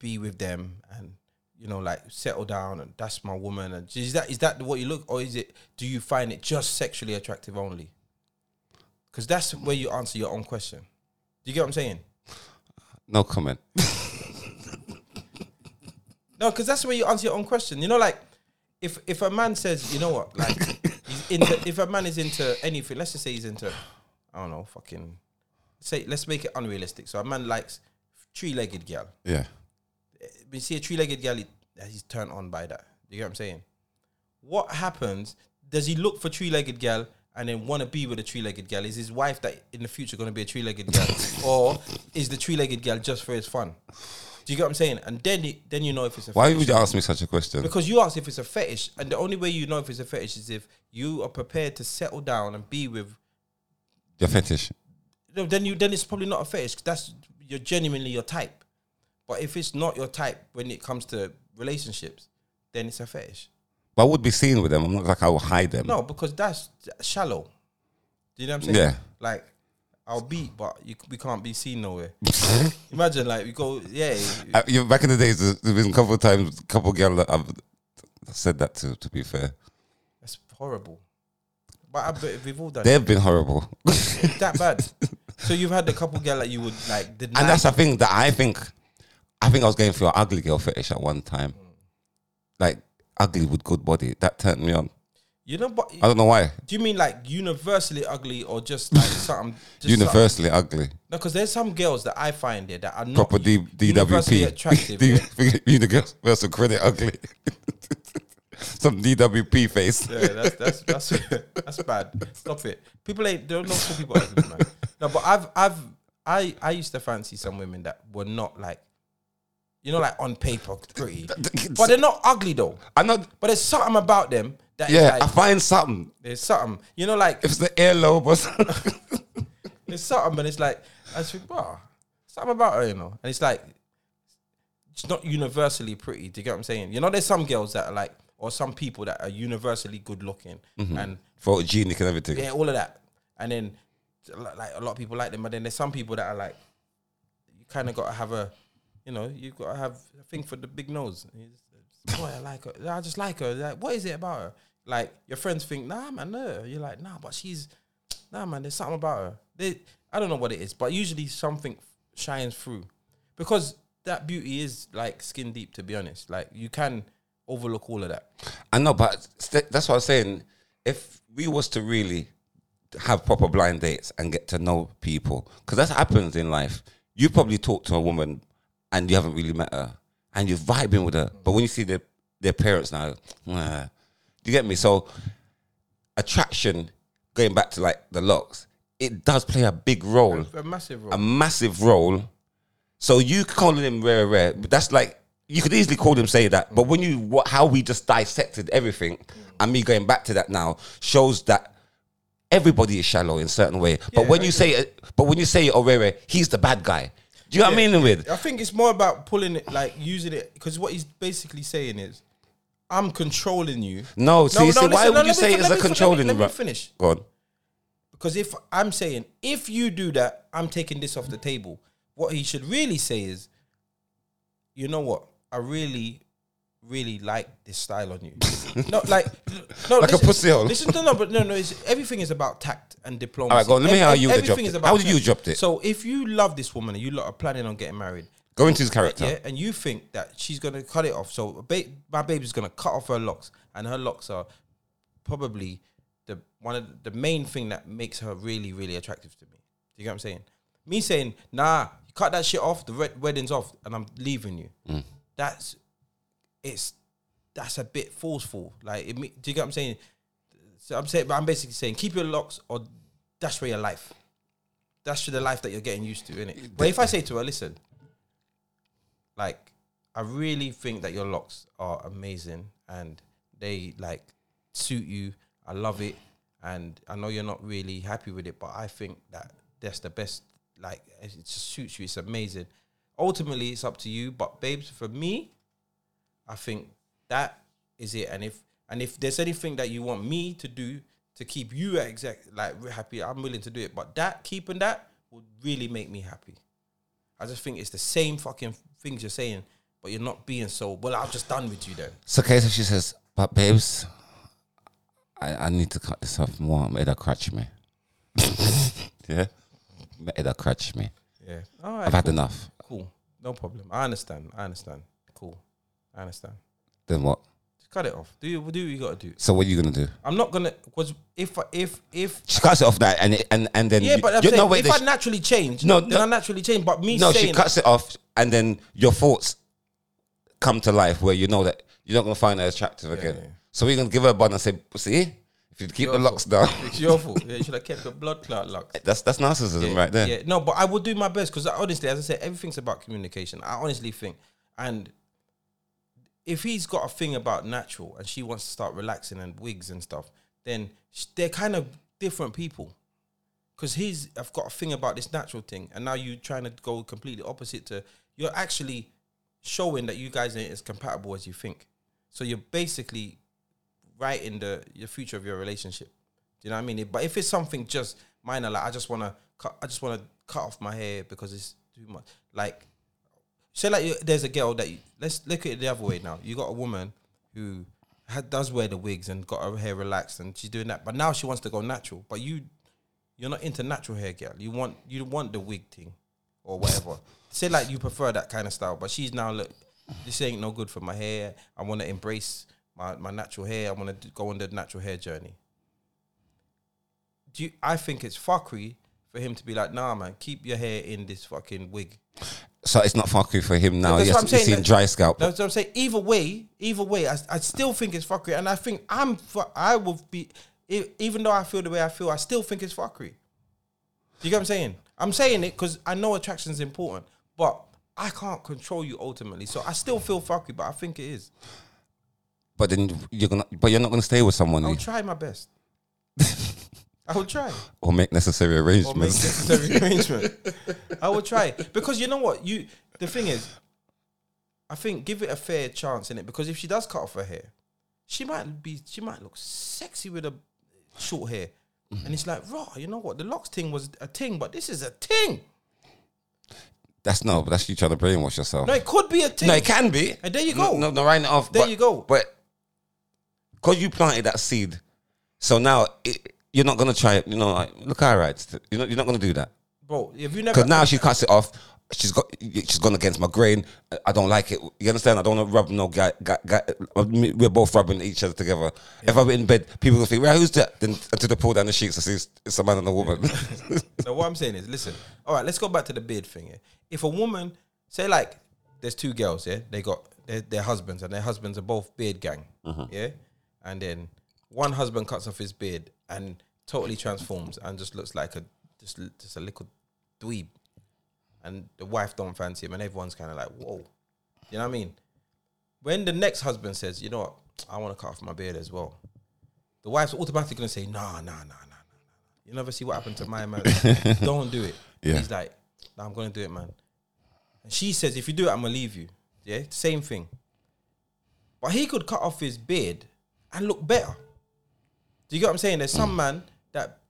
Speaker 1: be with them and you know like settle down and that's my woman and is that is that what you look or is it do you find it just sexually attractive only? Because that's where you answer your own question. Do you get what I'm saying?
Speaker 2: No comment.
Speaker 1: No, because that's where you answer your own question. You know, like if if a man says, you know what, like he's into, if a man is into anything, let's just say he's into, I don't know, fucking, say let's make it unrealistic. So a man likes three-legged girl.
Speaker 2: Yeah.
Speaker 1: we see a three-legged girl, he- he's turned on by that. You get what I'm saying? What happens? Does he look for three-legged girl and then want to be with a three-legged girl? Is his wife that in the future going to be a three-legged girl, or is the three-legged girl just for his fun? Do you get what I'm saying? And then you- then you know if it's a
Speaker 2: Why would you ask me such a question?
Speaker 1: because you asked if it's a fetish, and the only way you know if it's a fetish is if you are prepared to settle down and be with.
Speaker 2: Your fetish.
Speaker 1: no, Then you then it's probably not a fetish. 'cause that's you're genuinely your type. But if it's not your type when it comes to relationships, then it's a fetish.
Speaker 2: But I would be seen with them. I'm not like I will hide them.
Speaker 1: No, because that's shallow. Do you know what I'm saying?
Speaker 2: Yeah.
Speaker 1: Like, I'll beat, but you, we can't be seen nowhere. Imagine, like, we go, yeah.
Speaker 2: Uh, you know, back in the days, there's there's been a couple of times, a couple of girls that I've said that to. To be fair,
Speaker 1: That's horrible. But I bet we've all done it.
Speaker 2: they've been horrible,
Speaker 1: that bad. So you've had a couple girl that you would like deny.
Speaker 2: and that's the thing that I think. I think I was going for an ugly girl fetish at one time, like ugly with good body. That turned me on.
Speaker 1: you know, but
Speaker 2: I don't know why.
Speaker 1: do you mean like universally ugly or just like something? Just something-
Speaker 2: Universally ugly,
Speaker 1: No, because there's some girls that I find there that are not
Speaker 2: proper D-
Speaker 1: universally
Speaker 2: DWP,
Speaker 1: attractive.
Speaker 2: D-
Speaker 1: yeah.
Speaker 2: universal credit ugly. Some DWP face.
Speaker 1: Yeah, that's that's that's that's bad. Stop it. People ain't they don't know cool people. Are ugly, man. No, but I've I've I I used to fancy some women that were not like, you know, like on paper pretty, but they're not ugly though.
Speaker 2: I'm not.
Speaker 1: But there's something about them that is
Speaker 2: Yeah, I
Speaker 1: like,
Speaker 2: find something.
Speaker 1: there's something. You know, like
Speaker 2: If it's the earlobe or something.
Speaker 1: It's something, and it's like I just think, wow, something about her, you know. And it's like it's not universally pretty. Do you get what I'm saying? You know, there's some girls that are like, or some people that are universally good looking, and
Speaker 2: Photogenic and everything.
Speaker 1: yeah, all of that. And then like a lot of people like them, but then there's some people that are like, you kind of got to have a, you know, you got to have a thing for the big nose. And you just, Boy, I like her. I just like her. Like, what is it about her? Like your friends think, nah, man, no. You're like, nah, but she's, nah, man. There's something about her. They, I don't know what it is, but usually something shines through, because that beauty is like skin deep. To be honest, like you can overlook all of that.
Speaker 2: I know, but st- that's what I'm saying. If we was to really have proper blind dates and get to know people, because that happens in life. You probably talk to a woman and you haven't really met her, and you're vibing with her. But when you see their their parents now, nah. you get me. So attraction, going back to like the locks, it does play a big role
Speaker 1: A massive role.
Speaker 2: a massive role. So you calling him rare, rare, but that's like you could easily call him say that. But when you what, how we just dissected everything, and me going back to that now shows that everybody is shallow in certain way. But
Speaker 1: Yeah,
Speaker 2: when
Speaker 1: I
Speaker 2: you say, it- but when you say oh, rare, rare, he's the bad guy. Do you know what I mean? With
Speaker 1: I think it's more about pulling it, like using it, because what he's basically saying is, I'm controlling you.
Speaker 2: no, see, see, why
Speaker 1: listen,
Speaker 2: would you
Speaker 1: let me
Speaker 2: say
Speaker 1: fin-
Speaker 2: it's
Speaker 1: let
Speaker 2: a
Speaker 1: me fin- Let
Speaker 2: controlling?
Speaker 1: me,
Speaker 2: ru-
Speaker 1: let me finish.
Speaker 2: Go on.
Speaker 1: Because if I'm saying, if you do that, I'm taking this off the table. What he should really say is, you know what? I really, really like this style on you. no, like no,
Speaker 2: Like a
Speaker 1: listen-
Speaker 2: pussy hole.
Speaker 1: Listen, no, no, but no, no. It's, everything is about tact and diplomacy.
Speaker 2: All right, go on, let me
Speaker 1: Ev-
Speaker 2: hear how you
Speaker 1: everything
Speaker 2: dropped
Speaker 1: is
Speaker 2: it.
Speaker 1: about
Speaker 2: How did
Speaker 1: tact.
Speaker 2: you dropped it?
Speaker 1: So if you love this woman and you lot are planning on getting married,
Speaker 2: Go into his character.
Speaker 1: yeah, and you think that she's gonna cut it off. So ba- my baby's gonna cut off her locks, and her locks are probably the one of the main thing that makes her really, really attractive to me. Do you get what I'm saying? Me saying, "Nah, you cut that shit off. The red wedding's off, and I'm leaving you." That's it's that's a bit forceful. Like, it, me- do you get what I'm saying? So I'm saying, but I'm basically saying, keep your locks or dash for your life. That's for the life that you're getting used to, innit? But if I say to her, listen, like I really think that your locks are amazing and they like suit you. I love it, and I know you're not really happy with it, but I think that that's the best. Like it just suits you. It's amazing. Ultimately, it's up to you. But babes, for me, I think that is it. And if and if there's anything that you want me to do to keep you at exact like re- happy, I'm willing to do it. But that keeping that would really make me happy. I just think it's the same fucking things you're saying, but you're not being so. Well, I'm just done with you then.
Speaker 2: So okay, so she says, but babes, I, I need to cut this off more. It'll crutch me. yeah? It'll crutch me.
Speaker 1: Yeah. All
Speaker 2: I've
Speaker 1: right.
Speaker 2: had enough.
Speaker 1: Cool. No problem. I understand. I understand. Cool. I understand.
Speaker 2: Then what?
Speaker 1: Just cut it off. Do you do what you gotta do?
Speaker 2: So what are you gonna do?
Speaker 1: I'm not gonna because if I if if
Speaker 2: She cuts it off now, and it, and and then
Speaker 1: yeah,
Speaker 2: you-
Speaker 1: but I'm
Speaker 2: you-
Speaker 1: saying,
Speaker 2: no wait,
Speaker 1: if I
Speaker 2: she-
Speaker 1: naturally change,
Speaker 2: No,
Speaker 1: no, then
Speaker 2: no.
Speaker 1: I naturally change. But me
Speaker 2: no,
Speaker 1: saying
Speaker 2: she cuts it off, and then your thoughts come to life where you know that you're not gonna find her attractive again.
Speaker 1: yeah.
Speaker 2: So we're gonna give her a bun and say, see, if you keep the locks down,
Speaker 1: It's your fault. Yeah, you should have kept the blood clot locked.
Speaker 2: that's that's narcissism right there.
Speaker 1: Yeah, no, but I will do my best because honestly, as I said, everything's about communication. I honestly think, and if he's got a thing about natural and she wants to start relaxing and wigs and stuff, then sh- they're kind of different people. Because he's, I've got a thing about this natural thing, and now you're trying to go completely opposite to, you're actually showing that you guys ain't as compatible as you think. So you're basically writing the your future of your relationship. Do you know what I mean? But if it's something just minor, like I just wanna cut, I just wanna cut off my hair because it's too much. Like, say like you, there's a girl that you, let's look at it the other way now. You got a woman who ha does wear the wigs and got her hair relaxed and she's doing that, but now she wants to go natural. But you, you're not into natural hair, girl. You want you want the wig thing or whatever. say like you prefer that kind of style, but she's now look. This ain't no good for my hair. I want to embrace my, my natural hair. I want to go on the natural hair journey do you, I think it's fuckery for him to be like, nah, man, keep your hair in this fucking wig.
Speaker 2: So it's not fuckery for him now.
Speaker 1: That's
Speaker 2: Yes,
Speaker 1: what I'm
Speaker 2: he's
Speaker 1: saying,
Speaker 2: seen
Speaker 1: that-
Speaker 2: dry scalp.
Speaker 1: That's what I'm saying. Either way, either way, I, I still think it's fuckery, and I think I'm fu- I will be e- even though I feel the way I feel, I still think it's fuckery. Do you get what I'm saying? I'm saying it because I know attraction is important, but I can't control you ultimately, so I still feel fuckery, but I think it is.
Speaker 2: But then you're gonna, but you're not gonna stay with someone
Speaker 1: I'll
Speaker 2: who-
Speaker 1: try my best. I will try.
Speaker 2: or make necessary
Speaker 1: or make
Speaker 2: arrangements.
Speaker 1: necessary arrangement. I will try because you know what you. The thing is, I think give it a fair chance in it because if she does cut off her hair, she might be she might look sexy with a short hair, and it's like raw. You know what? The locks thing was a thing, but this is a thing.
Speaker 2: that's no, but that's you trying to brainwash yourself.
Speaker 1: No, it could be a thing.
Speaker 2: No, it can be.
Speaker 1: And there you
Speaker 2: No,
Speaker 1: go.
Speaker 2: No, no, writing it off.
Speaker 1: There
Speaker 2: but-
Speaker 1: you go.
Speaker 2: But because you planted that seed, so now it, you're not gonna try it. You know, like, look, all right, you're not, you're not gonna do that.
Speaker 1: bro. If you never
Speaker 2: Because now she cuts it off. She's got. She's gone against my grain. I don't like it. You understand? I don't want to rub no guy. guy, guy we're both rubbing each other together. If I'm in bed, people gonna think, "Well, who's that?" Then until they pull down the sheets, I see it's, it's a man and a woman.
Speaker 1: So what I'm saying is, listen. All right, let's go back to the beard thing. Yeah? If a woman, say like, there's two girls, yeah, they got their, their husbands, and their husbands are both beard gang, yeah, and then one husband cuts off his beard and totally transforms and just looks like a just just a little dweeb, and the wife don't fancy him, and everyone's kind of like, whoa, you know what I mean? When the next husband says, you know what, I want to cut off my beard as well, the wife's automatically gonna say, nah, nah, nah, nah, nah. You never see what happened to my man. Don't do it.
Speaker 2: Yeah.
Speaker 1: He's like, "Nah, I'm gonna do it, man. And she says, if you do it, I'm gonna leave you. Yeah, same thing. But he could cut off his beard and look better. Do you get what I'm saying? There's some man that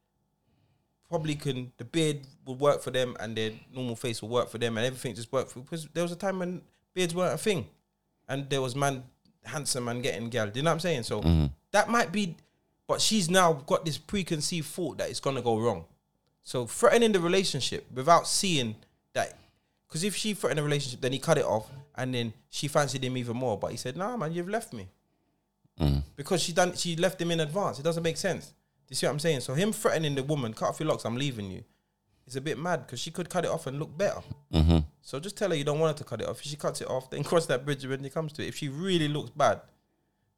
Speaker 1: probably can the beard will work for them and their normal face will work for them and everything just worked for because there was a time when beards weren't a thing. And there was man handsome and getting gal. Do you know what I'm saying? So that might be, but she's now got this preconceived thought that it's gonna go wrong. So threatening the relationship without seeing that, because if she threatened the relationship, then he cut it off, and then she fancied him even more. But he said, "Nah, man, you've left me,"
Speaker 2: Mm.
Speaker 1: because she done she left him in advance. It doesn't make sense. Do you see what I'm saying? So him threatening the woman, cut off your locks, I'm leaving you. It's a bit mad because she could cut it off and look better. So just tell her you don't want her to cut it off. If she cuts it off, then cross that bridge when it comes to it. If she really looks bad,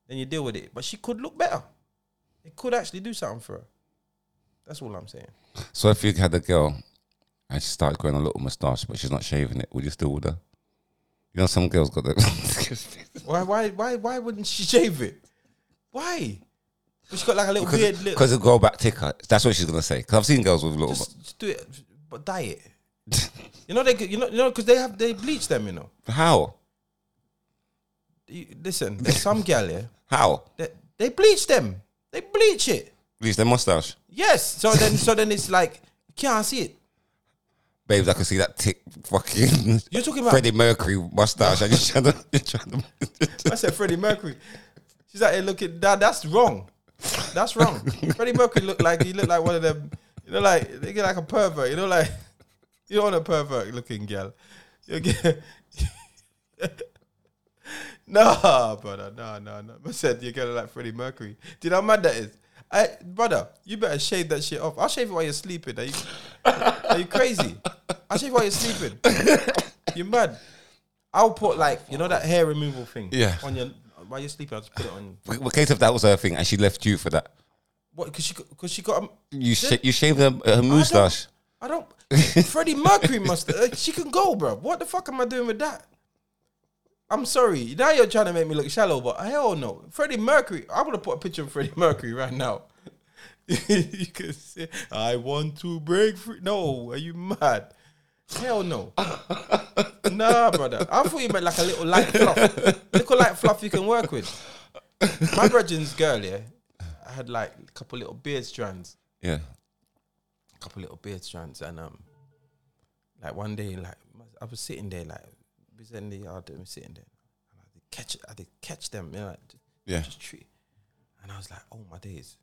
Speaker 1: then you deal with it. But she could look better. It could actually do something for her. That's all I'm saying.
Speaker 2: So if you had a girl and she started growing a little moustache, but she's not shaving it, would you still with her? You know, some girls got that.
Speaker 1: Why? Why? Why? Why wouldn't she shave it? Why? But she got like a little weird lip.
Speaker 2: Because it'll grow back thicker. That's what she's gonna say. Because I've seen girls with little.
Speaker 1: Just, just do it, but dye it. you know they. could- You know. You know because they have they bleach them. You know.
Speaker 2: How?
Speaker 1: You, listen, there's some gal here.
Speaker 2: How?
Speaker 1: They, they bleach them. They bleach it.
Speaker 2: Bleach their mustache,
Speaker 1: Yes. So then, so then it's like can't see it.
Speaker 2: babes. I can see that thick fucking.
Speaker 1: You're talking about-
Speaker 2: Freddie Mercury mustache. I just trying to. You're trying to
Speaker 1: I said Freddie Mercury. She's like, hey, look at that. That's wrong. That's wrong. Freddie Mercury looked like he looked like one of them. You know, like they get like a pervert. You know, like you don't want a pervert looking gal. You get. Nah, brother, nah, nah, nah. I said you're gonna like Freddie Mercury. Do you know how mad that is? I, brother, you better shave that shit off. I'll shave it while you're sleeping. Are you, are you crazy? I'll shave it while you're sleeping. You're mad. I'll put like you know that hair removal thing.
Speaker 2: Yeah.
Speaker 1: On your while you're sleeping, I'll just put it on. you.
Speaker 2: Well, case if that was her thing and she left you for that,
Speaker 1: What? Because she because she got. A,
Speaker 2: you sh- you shaved her, her mustache.
Speaker 1: I don't. Freddie Mercury must. Uh, she can go, bro. What the fuck am I doing with that? I'm sorry. Now you're trying to make me look shallow, but hell no. Freddie Mercury. I'm gonna put a picture of Freddie Mercury right now. you can say, "I want to break free." No, are you mad? Hell no. nah, brother. I thought you meant like a little light fluff, little light fluff you can work with. My brethren's girl, yeah, I had like a couple little beard strands
Speaker 2: Yeah.
Speaker 1: couple little beard strands and um like one day like I was sitting there like we was in the yard and we sitting there and I had to catch I had to catch them you know like,
Speaker 2: Yeah.
Speaker 1: just tree and I was like oh my days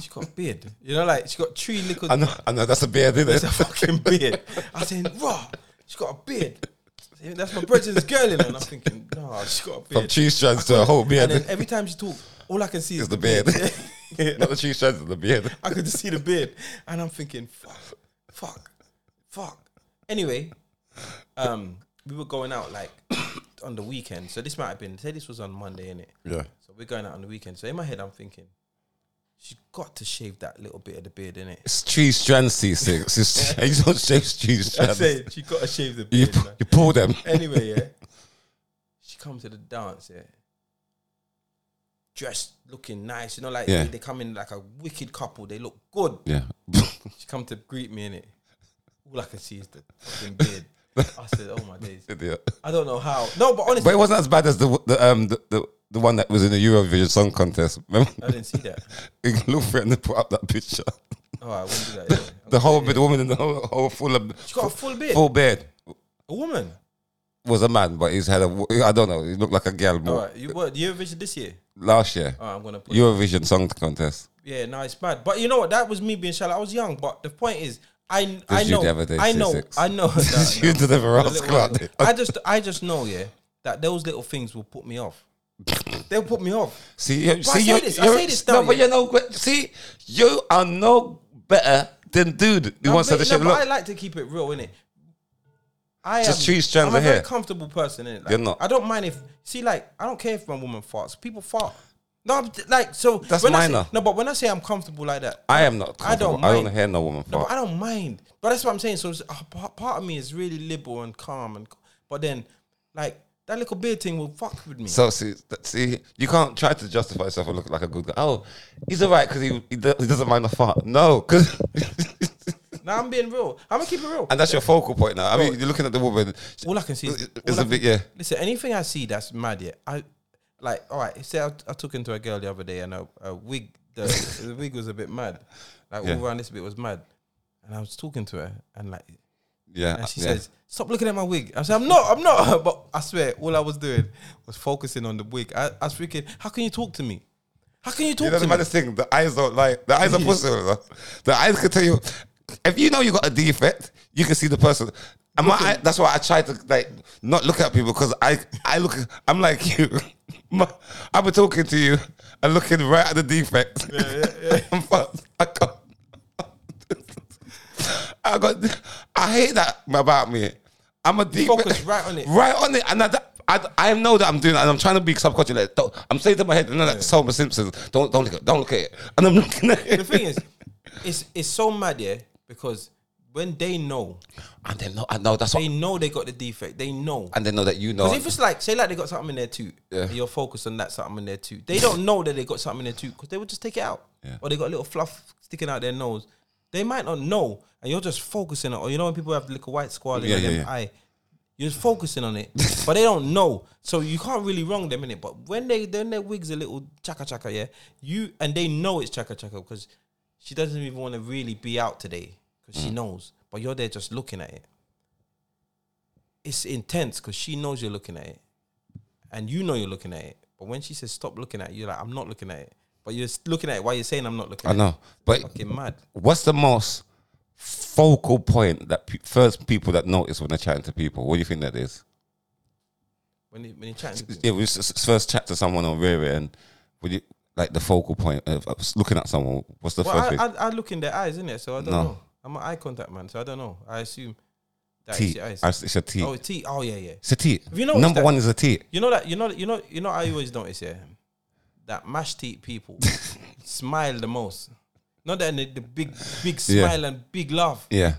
Speaker 1: she got a beard you know like she got three little
Speaker 2: I know, I know, that's a beard, isn't
Speaker 1: it's
Speaker 2: it?
Speaker 1: a fucking beard I said raw she got a beard I said, that's my brethren's girl in and I'm thinking no she's got a
Speaker 2: From
Speaker 1: beard
Speaker 2: cheese strands to a whole
Speaker 1: and
Speaker 2: beard.
Speaker 1: then every time she talk all I can see is
Speaker 2: It's the beard. Not the cheese strands, it's the beard.
Speaker 1: I could just see the beard, and I'm thinking, fuck, fuck, fuck. Anyway, um, we were going out like on the weekend, so this might have been. Say this was on Monday, innit?
Speaker 2: Yeah.
Speaker 1: So we're going out on the weekend. So in my head, I'm thinking, she's got to shave that little bit of the beard, innit?
Speaker 2: It's cheese strands, C6. It's, you don't shave cheese
Speaker 1: I
Speaker 2: strands.
Speaker 1: say she got to shave the
Speaker 2: you,
Speaker 1: beard.
Speaker 2: pu-
Speaker 1: man.
Speaker 2: you pull them.
Speaker 1: anyway, yeah. She comes to the dance, yeah. Dressed, looking nice, you know, like
Speaker 2: Yeah.
Speaker 1: they, they come in like a wicked couple. They look good.
Speaker 2: Yeah.
Speaker 1: She come to greet me in it. All I can see is the fucking beard. I said, "Oh my days!"
Speaker 2: Idiot.
Speaker 1: I don't know how. No, but honestly,
Speaker 2: But it wasn't as bad as the the um the, the, the one that was in the Eurovision Song Contest. Remember?
Speaker 1: I didn't see that.
Speaker 2: You can look for it and then put up that picture.
Speaker 1: Oh, I wouldn't do that. yeah.
Speaker 2: The whole bit, the woman in the whole, whole full of
Speaker 1: She got a full beard.
Speaker 2: full beard
Speaker 1: A woman.
Speaker 2: was a man, but he's had a w- I don't know. He looked like a girl
Speaker 1: All
Speaker 2: more
Speaker 1: right, you what Eurovision this year?
Speaker 2: last year.
Speaker 1: All right, I'm gonna put.
Speaker 2: Eurovision Song Contest.
Speaker 1: yeah, no, it's bad. But you know what? That was me being shallow. I was young, but the point is, I I
Speaker 2: you
Speaker 1: know,
Speaker 2: the other day,
Speaker 1: I know,
Speaker 2: C6?
Speaker 1: I know. No, no.
Speaker 2: you did ever
Speaker 1: A
Speaker 2: ask
Speaker 1: little while
Speaker 2: about
Speaker 1: ago.
Speaker 2: it.
Speaker 1: I just I just know, yeah, that those little things will put me off. They'll put me off.
Speaker 2: See, you,
Speaker 1: I
Speaker 2: see,
Speaker 1: say
Speaker 2: you,
Speaker 1: this, I
Speaker 2: you,
Speaker 1: say this
Speaker 2: no,
Speaker 1: now,
Speaker 2: but
Speaker 1: yeah.
Speaker 2: you know, what- see, you are no better than dude who
Speaker 1: No,
Speaker 2: wants her to
Speaker 1: mate,
Speaker 2: shave.
Speaker 1: no, but I
Speaker 2: Look,
Speaker 1: like to keep it real, innit? I
Speaker 2: Just
Speaker 1: am-
Speaker 2: three strands
Speaker 1: I'm a
Speaker 2: of
Speaker 1: very
Speaker 2: hair.
Speaker 1: comfortable person, innit? Like,
Speaker 2: You're not.
Speaker 1: I don't mind if see, like, I don't care if my woman farts. People fart. No, I'm t- like so.
Speaker 2: That's
Speaker 1: when I say-
Speaker 2: minor.
Speaker 1: no, but when I say I'm comfortable like that,
Speaker 2: I am not.
Speaker 1: I don't
Speaker 2: comfortable. I don't
Speaker 1: mind.
Speaker 2: hear no woman
Speaker 1: no,
Speaker 2: fart.
Speaker 1: but I don't mind. But that's what I'm saying. So it's- a pa- part of me is really liberal and calm, and but then, like that little beard thing will fuck with me.
Speaker 2: So see, that, see, you can't try to justify yourself and look like a good guy. Oh, he's alright because he, he do- he doesn't mind the fart. No, 'cause-
Speaker 1: now I'm being real. I'm gonna keep it real.
Speaker 2: and that's your focal point now. I mean, you're looking at the woman.
Speaker 1: All I can see is all
Speaker 2: It's a
Speaker 1: I
Speaker 2: bit
Speaker 1: can-
Speaker 2: yeah.
Speaker 1: Listen, anything I see that's mad, yeah, I like. All right, say I, I took into a girl the other day, and a, a wig, the, the wig was a bit mad. Like
Speaker 2: Yeah.
Speaker 1: all around this bit was mad, and I was talking to her, and like
Speaker 2: Yeah.
Speaker 1: And she
Speaker 2: yeah.
Speaker 1: says, "Stop looking at my wig." I said, "I'm not. I'm not." But I swear, all I was doing was focusing on the wig. I, I was thinking, "How can you talk to me? How can you talk
Speaker 2: You know
Speaker 1: to
Speaker 2: the
Speaker 1: me?"
Speaker 2: maddest thing, the eyes don't lie. The eyes are pussy. you know. The eyes can tell you. If you know you got a defect, you can see the person. And my eye, that's why I try to like not look at people because I I look I'm like you. My, I've been talking to you and looking right at the defect. I'm fucked. I can't. I got. I hate that about me. I'm a deep
Speaker 1: focus right on it.
Speaker 2: right on it, and I, I, I know that I'm doing that, and I'm trying to be subconscious. Like, don't, I'm saying to my head, no, that's Homer Simpson. Don't, don't look, at, don't look at it. And I'm looking at
Speaker 1: the
Speaker 2: it,
Speaker 1: thing is, it's it's so mad, yeah, because when they know,
Speaker 2: and they know, I know that's what,
Speaker 1: they know they got the defect. They know.
Speaker 2: and they know that you know.
Speaker 1: Because if it's like, say, like they got something in there too,
Speaker 2: Yeah.
Speaker 1: and you're focused on that something in there too. They don't know that they got something in there too, because they would just take it out,
Speaker 2: Yeah.
Speaker 1: or they got a little fluff sticking out their nose. They might not know, and you're just focusing on. Or you know when people have like a white squall in
Speaker 2: Yeah,
Speaker 1: their
Speaker 2: yeah, yeah.
Speaker 1: eye, you're just focusing on it, but they don't know, so you can't really wrong them in it. But when they then their wigs a little chaka chaka, yeah, you and they know it's chaka chaka because she doesn't even want to really be out today because she
Speaker 2: Mm.
Speaker 1: knows, but you're there just looking at it it's intense because she knows you're looking at it, and you know you're looking at it. But when she says stop looking at it, you're like, I'm not looking at it. But you're s- looking at it while you're saying I'm not looking.
Speaker 2: I
Speaker 1: at
Speaker 2: know, but
Speaker 1: It. Fucking mad.
Speaker 2: what's the most focal point that pe- first people that notice when they're chatting to people? What do you think that is?
Speaker 1: When you, when you're chatting, to people.
Speaker 2: Yeah, we s- s- first chat to someone on Riri, and would you like the focal point of, of looking at someone? What's the
Speaker 1: well,
Speaker 2: first
Speaker 1: I,
Speaker 2: thing?
Speaker 1: I, I look in their eyes, innit? So I don't
Speaker 2: No.
Speaker 1: know. I'm an eye contact man, so I don't know. I assume that it's
Speaker 2: T.
Speaker 1: your eyes.
Speaker 2: I s- It's a T.
Speaker 1: oh, T. Oh, yeah, yeah.
Speaker 2: It's a T.
Speaker 1: Have you noticed
Speaker 2: Number
Speaker 1: that-
Speaker 2: one is a T.
Speaker 1: You know that. You know. You know. You know. I always notice yeah, that mashed teeth people smile the most. Not that the, the big, big
Speaker 2: Yeah.
Speaker 1: smile and big laugh,
Speaker 2: Yeah.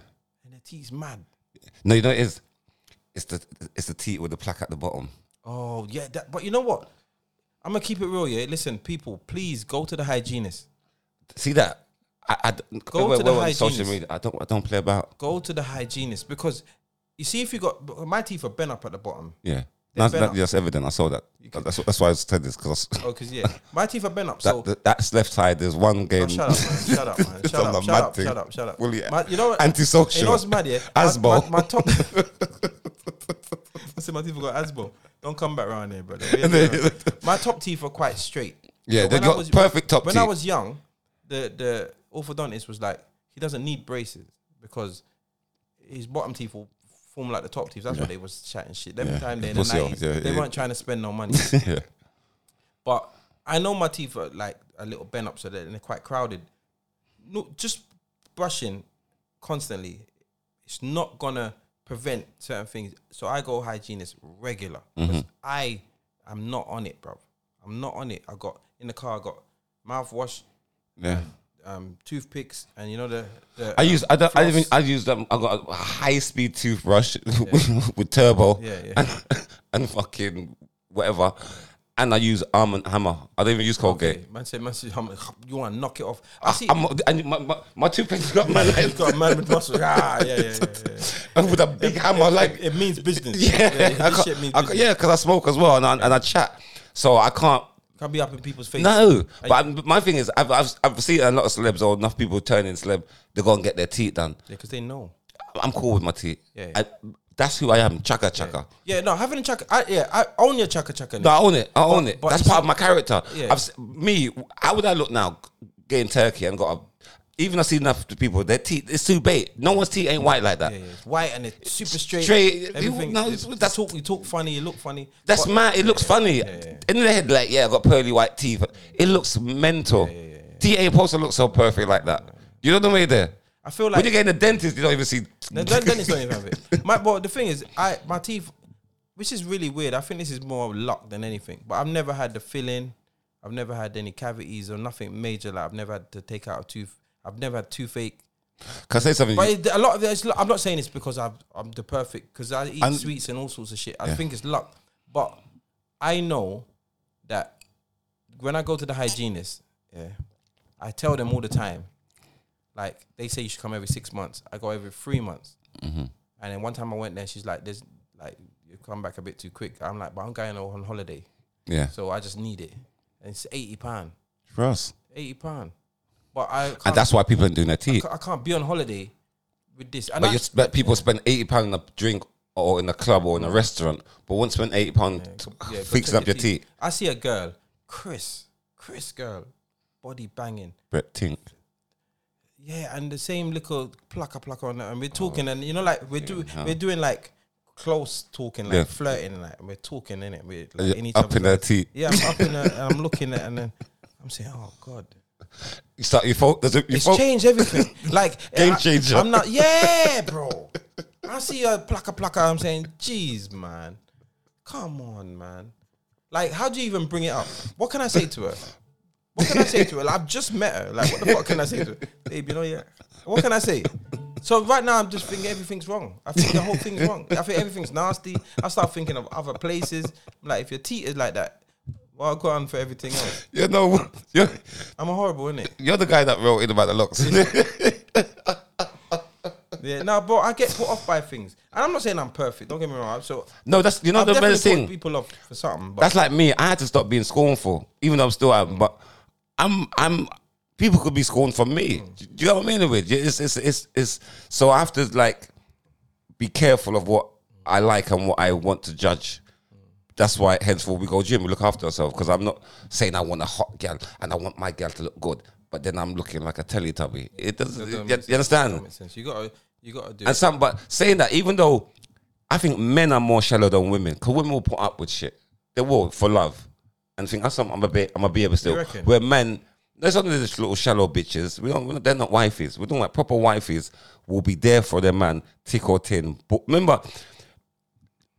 Speaker 1: and the teeth's mad.
Speaker 2: No, you know it is. It's the it's the T with the plaque at the bottom.
Speaker 1: Oh yeah, that, but you know what? I'm gonna keep it real, yeah. Listen, people, please go to the hygienist.
Speaker 2: See that? I, I d-
Speaker 1: Go
Speaker 2: wait,
Speaker 1: to
Speaker 2: wait,
Speaker 1: the
Speaker 2: wait, social
Speaker 1: hygienist.
Speaker 2: media. I don't I don't play about.
Speaker 1: Go to the hygienist because you see, if you got but my teeth are bent up at the bottom.
Speaker 2: Yeah. That's,
Speaker 1: been
Speaker 2: that,
Speaker 1: up.
Speaker 2: that's evident. I saw that. That's, that's why I said this because
Speaker 1: Oh, cause yeah, my teeth are bent up.
Speaker 2: that,
Speaker 1: So
Speaker 2: that- that's left side. There's one game.
Speaker 1: Oh, shut up, man. Shut up, man.
Speaker 2: It's
Speaker 1: Shut
Speaker 2: on
Speaker 1: up,
Speaker 2: the
Speaker 1: shut
Speaker 2: mad
Speaker 1: up,
Speaker 2: thing.
Speaker 1: shut up, shut up.
Speaker 2: Well, yeah.
Speaker 1: My- you know what?
Speaker 2: Antisocial.
Speaker 1: You know what's mad, yeah?
Speaker 2: Asbo.
Speaker 1: My, my, my top. I said my teeth have got Asbo. Don't come back round here, brother. We ain't
Speaker 2: then-
Speaker 1: doing that. my top teeth are quite straight.
Speaker 2: Yeah,
Speaker 1: But
Speaker 2: they
Speaker 1: when I
Speaker 2: got
Speaker 1: was-
Speaker 2: perfect top
Speaker 1: When
Speaker 2: teeth.
Speaker 1: I was young, the the orthodontist was like, he doesn't need braces because his bottom teeth will form like the top teeth. That's what they was chatting shit. Every
Speaker 2: Yeah.
Speaker 1: time they in the
Speaker 2: Pussy off.
Speaker 1: 90s,
Speaker 2: Yeah,
Speaker 1: they
Speaker 2: yeah.
Speaker 1: weren't trying to spend no money.
Speaker 2: yeah.
Speaker 1: But I know my teeth are like a little bent up, so they're, they're quite crowded. No, just brushing constantly, it's not gonna prevent certain things. So I go hygienist regular.
Speaker 2: Mm-hmm.
Speaker 1: 'cause I am not on it, bro. I'm not on it. I got in the car. I got mouthwash,
Speaker 2: Yeah.
Speaker 1: um, toothpicks, and you know the. the
Speaker 2: I use I don't, I
Speaker 1: floss.
Speaker 2: even I use um, I got a high speed toothbrush with, with turbo
Speaker 1: Yeah, yeah.
Speaker 2: And, and fucking whatever, and I use arm and hammer. I don't even use Colgate.
Speaker 1: Okay, Man said, man said, I'm- you want to knock it off? I
Speaker 2: I
Speaker 1: see.
Speaker 2: am and my, my, my toothpick's got my
Speaker 1: You've
Speaker 2: legs
Speaker 1: got a man with muscles. Ah, yeah, yeah, yeah. yeah.
Speaker 2: with a big hammer. Like,
Speaker 1: It means business.
Speaker 2: yeah,
Speaker 1: yeah
Speaker 2: I
Speaker 1: this
Speaker 2: can't-
Speaker 1: shit means
Speaker 2: I
Speaker 1: business.
Speaker 2: can't- yeah, because I smoke as well and I, and I chat, so I can't.
Speaker 1: Can't be up in people's faces.
Speaker 2: No, but I'm- but my thing is, I've, I've I've seen a lot of celebs or enough people turning celeb. They go and get their teeth done.
Speaker 1: because they know.
Speaker 2: I'm cool with my teeth.
Speaker 1: Yeah, yeah.
Speaker 2: I- that's who I am. Chaka chaka.
Speaker 1: Yeah, no, having a chaka, I, yeah, I own your chaka chaka.
Speaker 2: No, I own it. I own it.
Speaker 1: but
Speaker 2: That's
Speaker 1: you
Speaker 2: part of my character.
Speaker 1: Yeah.
Speaker 2: I've, s- me, how would I look now getting turkey and got a. Even I see enough people, their teeth, it's too bait. No one's teeth ain't white like that.
Speaker 1: yeah, yeah, it's white and it's super straight.
Speaker 2: Straight. You-
Speaker 1: Everything.
Speaker 2: no,
Speaker 1: No,
Speaker 2: it's- that's-
Speaker 1: that's talk. You talk funny. You look funny.
Speaker 2: That's
Speaker 1: But
Speaker 2: mad. It looks funny. In the head, like, yeah, I got pearly white teeth. It looks mental. T ain't supposed to look so perfect like that. You know the way there?
Speaker 1: I feel
Speaker 2: when
Speaker 1: like
Speaker 2: you get in the dentist, you don't even see.
Speaker 1: No, Den- Dennis don't even have it. My, but the thing is, I my teeth, which is really weird. I think this is more luck than anything. But I've never had the filling. I've never had any cavities or nothing major. Like I've never had to take out a tooth. I've never had toothache.
Speaker 2: Can I say something?
Speaker 1: But it, a lot of it's, lu- I'm not saying it's because I've, I'm the perfect because I eat
Speaker 2: And-
Speaker 1: sweets and all sorts of shit. I think it's luck, but I know that when I go to the hygienist, yeah, I tell them all the time. Like they say, you should come every six months. I go every three months.
Speaker 2: Mm-hmm.
Speaker 1: And then one time I went there, she's like, "There's like you come back a bit too quick." I'm like, "But I'm going on holiday,
Speaker 2: yeah.
Speaker 1: so I just need it." And it's eighty pound,
Speaker 2: For us.
Speaker 1: eighty pound. But I
Speaker 2: And
Speaker 1: can't
Speaker 2: that's why people ain't doing their teeth.
Speaker 1: I can't be on holiday with this. And
Speaker 2: But,
Speaker 1: I,
Speaker 2: you, s- but people spend eighty pound on a drink or in a club or in a restaurant, but won't spend eighty pound
Speaker 1: yeah, go
Speaker 2: fixing
Speaker 1: take
Speaker 2: up your teeth.
Speaker 1: I see a girl, Chris, Chris girl, body banging.
Speaker 2: Brett Tink.
Speaker 1: Yeah, and the same little plucker plucker on that, and we're
Speaker 2: Oh.
Speaker 1: talking, and you know, like we're doing, we're doing like close talking, like
Speaker 2: Yeah.
Speaker 1: flirting, like and we're talking in it. We're like, in each
Speaker 2: Up
Speaker 1: other's-
Speaker 2: in their teeth.
Speaker 1: Yeah, I'm up in her, and I'm looking at, and then I'm saying, "Oh God,
Speaker 2: You start your fault. Does it your
Speaker 1: it's
Speaker 2: fault?
Speaker 1: changed everything." Like
Speaker 2: Oh. Game
Speaker 1: I-
Speaker 2: changer.
Speaker 1: I'm not. Yeah, bro. I see a plaka plaka. I'm saying, "Jeez, man, come on, man." Like, how do you even bring it up? What can I say to her? What can I say to her? Like, I've just met her. Like, what the fuck can I say to her, babe? You know, yeah. What can I say? So right now, I'm just thinking everything's wrong. I think the whole thing's wrong. I think everything's nasty. I start thinking of other places. Like, if your teeth is like that, well, go on for everything else.
Speaker 2: You know, you're,
Speaker 1: I'm a horrible, innit?
Speaker 2: you're the guy that wrote in about the locks.
Speaker 1: Yeah, no, but I get put off by things, and I'm not saying I'm perfect. Don't get me wrong. So
Speaker 2: no, that's you know
Speaker 1: I've
Speaker 2: the
Speaker 1: definitely
Speaker 2: best
Speaker 1: put
Speaker 2: thing.
Speaker 1: people off for something. But
Speaker 2: That's like me. I had to stop being scornful, even though I'm still am. But I'm, I'm. People could be scorned for me.
Speaker 1: Mm.
Speaker 2: Do you know what I mean? With it's, it's, it's, it's. So I have to like be careful of what I like and what I want to judge. That's why, henceforth, we go gym. We look after ourselves because I'm not saying I want a hot girl and I want my girl to look good, but then I'm looking like a Teletubby. It doesn't.
Speaker 1: That don't
Speaker 2: you,
Speaker 1: make
Speaker 2: you understand?
Speaker 1: makes sense. You gotta, you gotta do.
Speaker 2: And some, but saying that, even though I think men are more shallow than women, because women will put up with shit. They will for love, and think that's something I'm a bit, I'm a baby still.
Speaker 1: reckon?
Speaker 2: Where men, there's only these little shallow bitches. We don't, we're not, they're not wifeys. We don't like proper wifeys. Will be there for their man, tick or tin. But remember,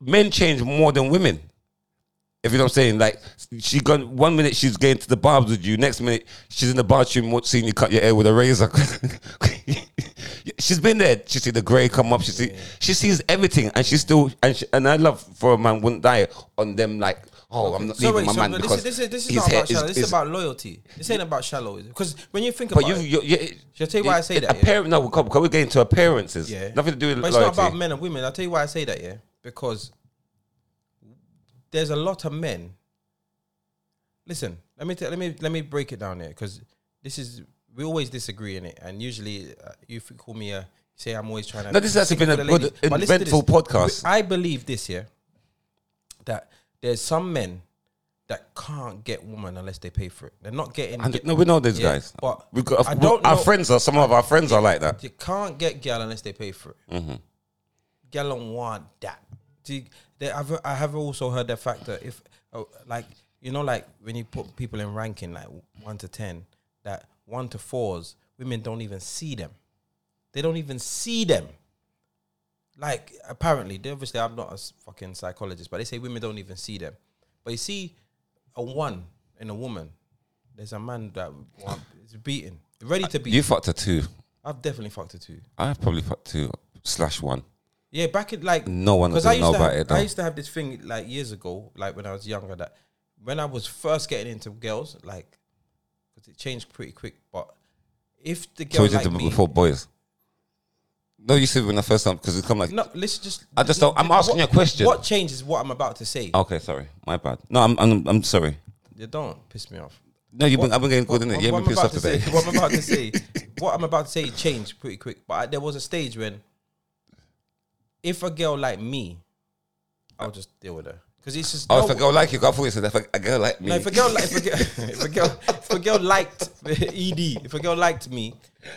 Speaker 2: men change more than women. If you know what I'm saying, like she gone one minute she's going to the barbs with you, next minute she's in the bathroom wa- seeing you cut your hair with a razor. she's been there. She see the grey come up. She see she sees everything, and she's still and she, and her love for a man wouldn't die on them like oh I'm not
Speaker 1: So
Speaker 2: leaving
Speaker 1: wait,
Speaker 2: my
Speaker 1: so
Speaker 2: man
Speaker 1: no, this
Speaker 2: because
Speaker 1: is this is this is
Speaker 2: his
Speaker 1: not
Speaker 2: hair
Speaker 1: about shallow.
Speaker 2: is,
Speaker 1: This
Speaker 2: is
Speaker 1: is about loyalty. This ain't about shallow. Because when you think
Speaker 2: but
Speaker 1: about
Speaker 2: you
Speaker 1: it,
Speaker 2: you, you
Speaker 1: shall I tell you why I say that?
Speaker 2: a
Speaker 1: yeah?
Speaker 2: parent no because we're getting to appearances
Speaker 1: Yeah.
Speaker 2: nothing to do with
Speaker 1: But it's
Speaker 2: loyalty.
Speaker 1: not about men and women. I'll tell you why I say that, yeah? Because there's a lot of men. Listen, let me t- let me let me break it down here because this is we always disagree in it, and usually uh, you f- call me a say I'm always trying to.
Speaker 2: No, this has
Speaker 1: stick
Speaker 2: been
Speaker 1: to
Speaker 2: a
Speaker 1: the
Speaker 2: good,
Speaker 1: ladies. But listen to this.
Speaker 2: eventful podcast.
Speaker 1: I believe this, yeah, that there's some men that can't get woman unless they pay for it. They're not getting.
Speaker 2: And- no, we know these
Speaker 1: Yeah,
Speaker 2: guys.
Speaker 1: but
Speaker 2: we got
Speaker 1: I don't
Speaker 2: our
Speaker 1: know-
Speaker 2: friends are some of our friends are like that.
Speaker 1: You can't get gal unless they pay for it. Gal don't want that. Do you- they, I've, I have also heard the fact that if, oh, like, you know, like when you put people in ranking, like one to ten, that one to fours, women don't even see them. They don't even see them. Like apparently, they- obviously, I'm not a s- fucking psychologist, but they say women don't even see them. But you see, a one in a woman, there's a man that is beaten, ready to beat.
Speaker 2: You fucked a two.
Speaker 1: I've definitely fucked her too.
Speaker 2: I probably fucked two slash one.
Speaker 1: Yeah, back in like
Speaker 2: No one
Speaker 1: because
Speaker 2: doesn't
Speaker 1: I used
Speaker 2: know
Speaker 1: to
Speaker 2: about
Speaker 1: have,
Speaker 2: it, though.
Speaker 1: I used to have this thing like years ago, like when I was younger, that when I was first getting into girls, like because it changed pretty quick. But if the
Speaker 2: So
Speaker 1: girl
Speaker 2: we did
Speaker 1: like
Speaker 2: them
Speaker 1: me,
Speaker 2: before boys. No, you said when the first time because it come like.
Speaker 1: no, let's just.
Speaker 2: I just don't. I'm asking you a question. Oh.
Speaker 1: What changes what I'm about to say?
Speaker 2: Okay, sorry, my bad. No, I'm I'm, I'm sorry.
Speaker 1: You don't piss me off.
Speaker 2: No, you've been
Speaker 1: What-
Speaker 2: I've been getting good in it. You
Speaker 1: what
Speaker 2: haven't been
Speaker 1: I'm
Speaker 2: pissed off
Speaker 1: about to say- What I'm
Speaker 2: today.
Speaker 1: about to say, what I'm about to say changed pretty quick. But I, there was a stage when, if a girl like me, I'll just deal with her because it's just.
Speaker 2: Oh,
Speaker 1: no-
Speaker 2: if a girl like you, I thought you said if a, a girl like me.
Speaker 1: No, if a girl, li- if a girl, if a girl, if a girl liked Ed, if a girl liked me,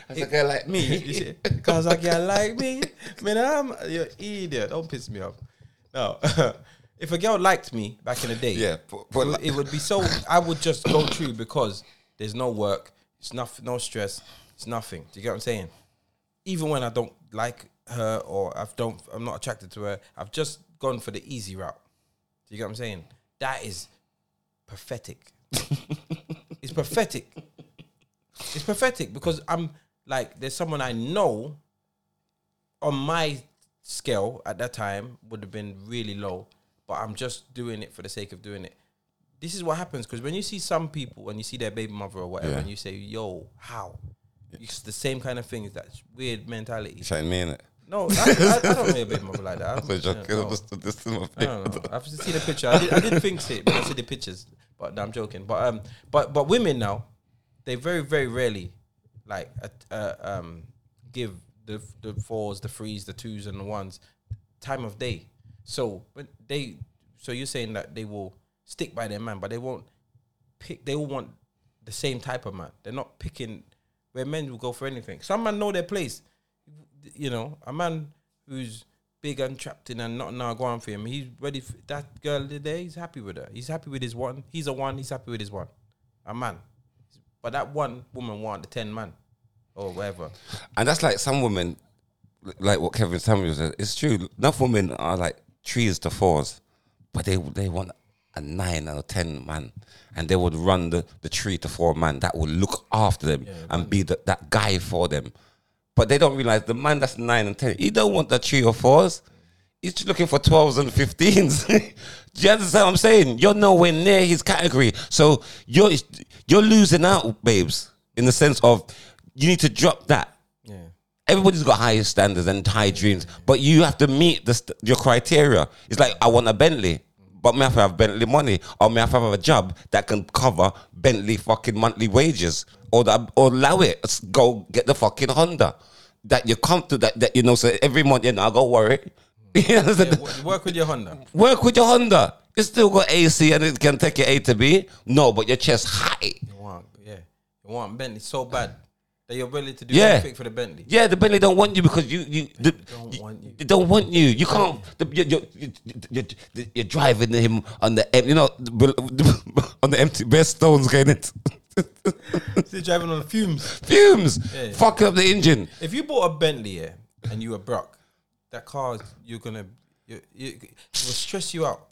Speaker 2: if a girl like
Speaker 1: you
Speaker 2: me.
Speaker 1: see, cause a girl like me, man, I'm you're idiot. Don't piss me off. No, if a girl liked me back in the day,
Speaker 2: Yeah, but, but
Speaker 1: it, would-
Speaker 2: like,
Speaker 1: it would be so. I would just go through because there's no work, it's nothing, no stress, it's nothing. Do you get what I'm saying? Even when I don't like her or I don't, I'm not attracted to her. I've just gone for the easy route. Do you get what I'm saying? That is pathetic. it's pathetic. It's pathetic because I'm like, there's someone I know on my scale at that time would have been really low, but I'm just doing it for the sake of doing it. This is what happens because when you see some people and you see their baby mother or whatever,
Speaker 2: Yeah.
Speaker 1: and you say, "Yo, how?" It's the same kind of thing. It's that weird mentality.
Speaker 2: you trying me in it.
Speaker 1: No, I, I, I don't know your baby mother like that. I'm-
Speaker 2: So
Speaker 1: yeah,
Speaker 2: joking.
Speaker 1: no.
Speaker 2: This, this is my
Speaker 1: I don't know. I've seen a picture. I, did, I didn't think it when I see the pictures, but no, I'm joking. But um, but but women now, they very very rarely like uh, uh, um give the the fours, the threes, the twos, and the ones, time of day. So but they, so you're saying that they will stick by their man, but they won't pick. They will want the same type of man. They're not picking where men will go for anything. Some men know their place. You know, a man who's big and trapped in and not now going for him. He's ready for that girl today. He's happy with her. He's happy with his one. He's a one. He's happy with his one. A man. But that one woman want the ten man or whatever.
Speaker 2: And that's like some women, like what Kevin Samuels said. It's true. Enough women are like trees to fours, but they they want a nine or a ten man, and they would run the, the three to four man that will look after them and be the, that guy for them. But they don't realize the man that's nine and ten, he don't want the three or fours. He's looking for 12s and 15s. Do you understand what I'm saying? You're nowhere near his category. So you're you're losing out, babes, in the sense of you need to drop that.
Speaker 1: Yeah.
Speaker 2: Everybody's got higher standards and high dreams, but you have to meet the st- your criteria. It's like I want a Bentley, but may I have to have Bentley money, or may I have to have a job that can cover Bentley fucking monthly wages, or that or allow it. Let's go get the fucking Honda that you're comfortable that that you know. So every month, you know, I go worry. You understand?
Speaker 1: yeah wo- work with your Honda.
Speaker 2: Work with your Honda. It's still got AC and it can take you A to B. No, but your chest high.
Speaker 1: You want, yeah. You want Bentley so bad that you're willing to do
Speaker 2: Yeah.
Speaker 1: anything for the Bentley.
Speaker 2: Yeah, the Bentley don't want you because you you, the,
Speaker 1: don't
Speaker 2: you-
Speaker 1: want you.
Speaker 2: They don't want you. You can't. The, you're, you're, you're, you're, you're driving him on the em- you know the bel- on the empty bare stones going it
Speaker 1: Still driving on fumes.
Speaker 2: fumes,
Speaker 1: Yeah.
Speaker 2: fucking up the engine.
Speaker 1: If you bought a Bentley yeah, and you were broke, that car is- you're gonna you, you, it will stress you out.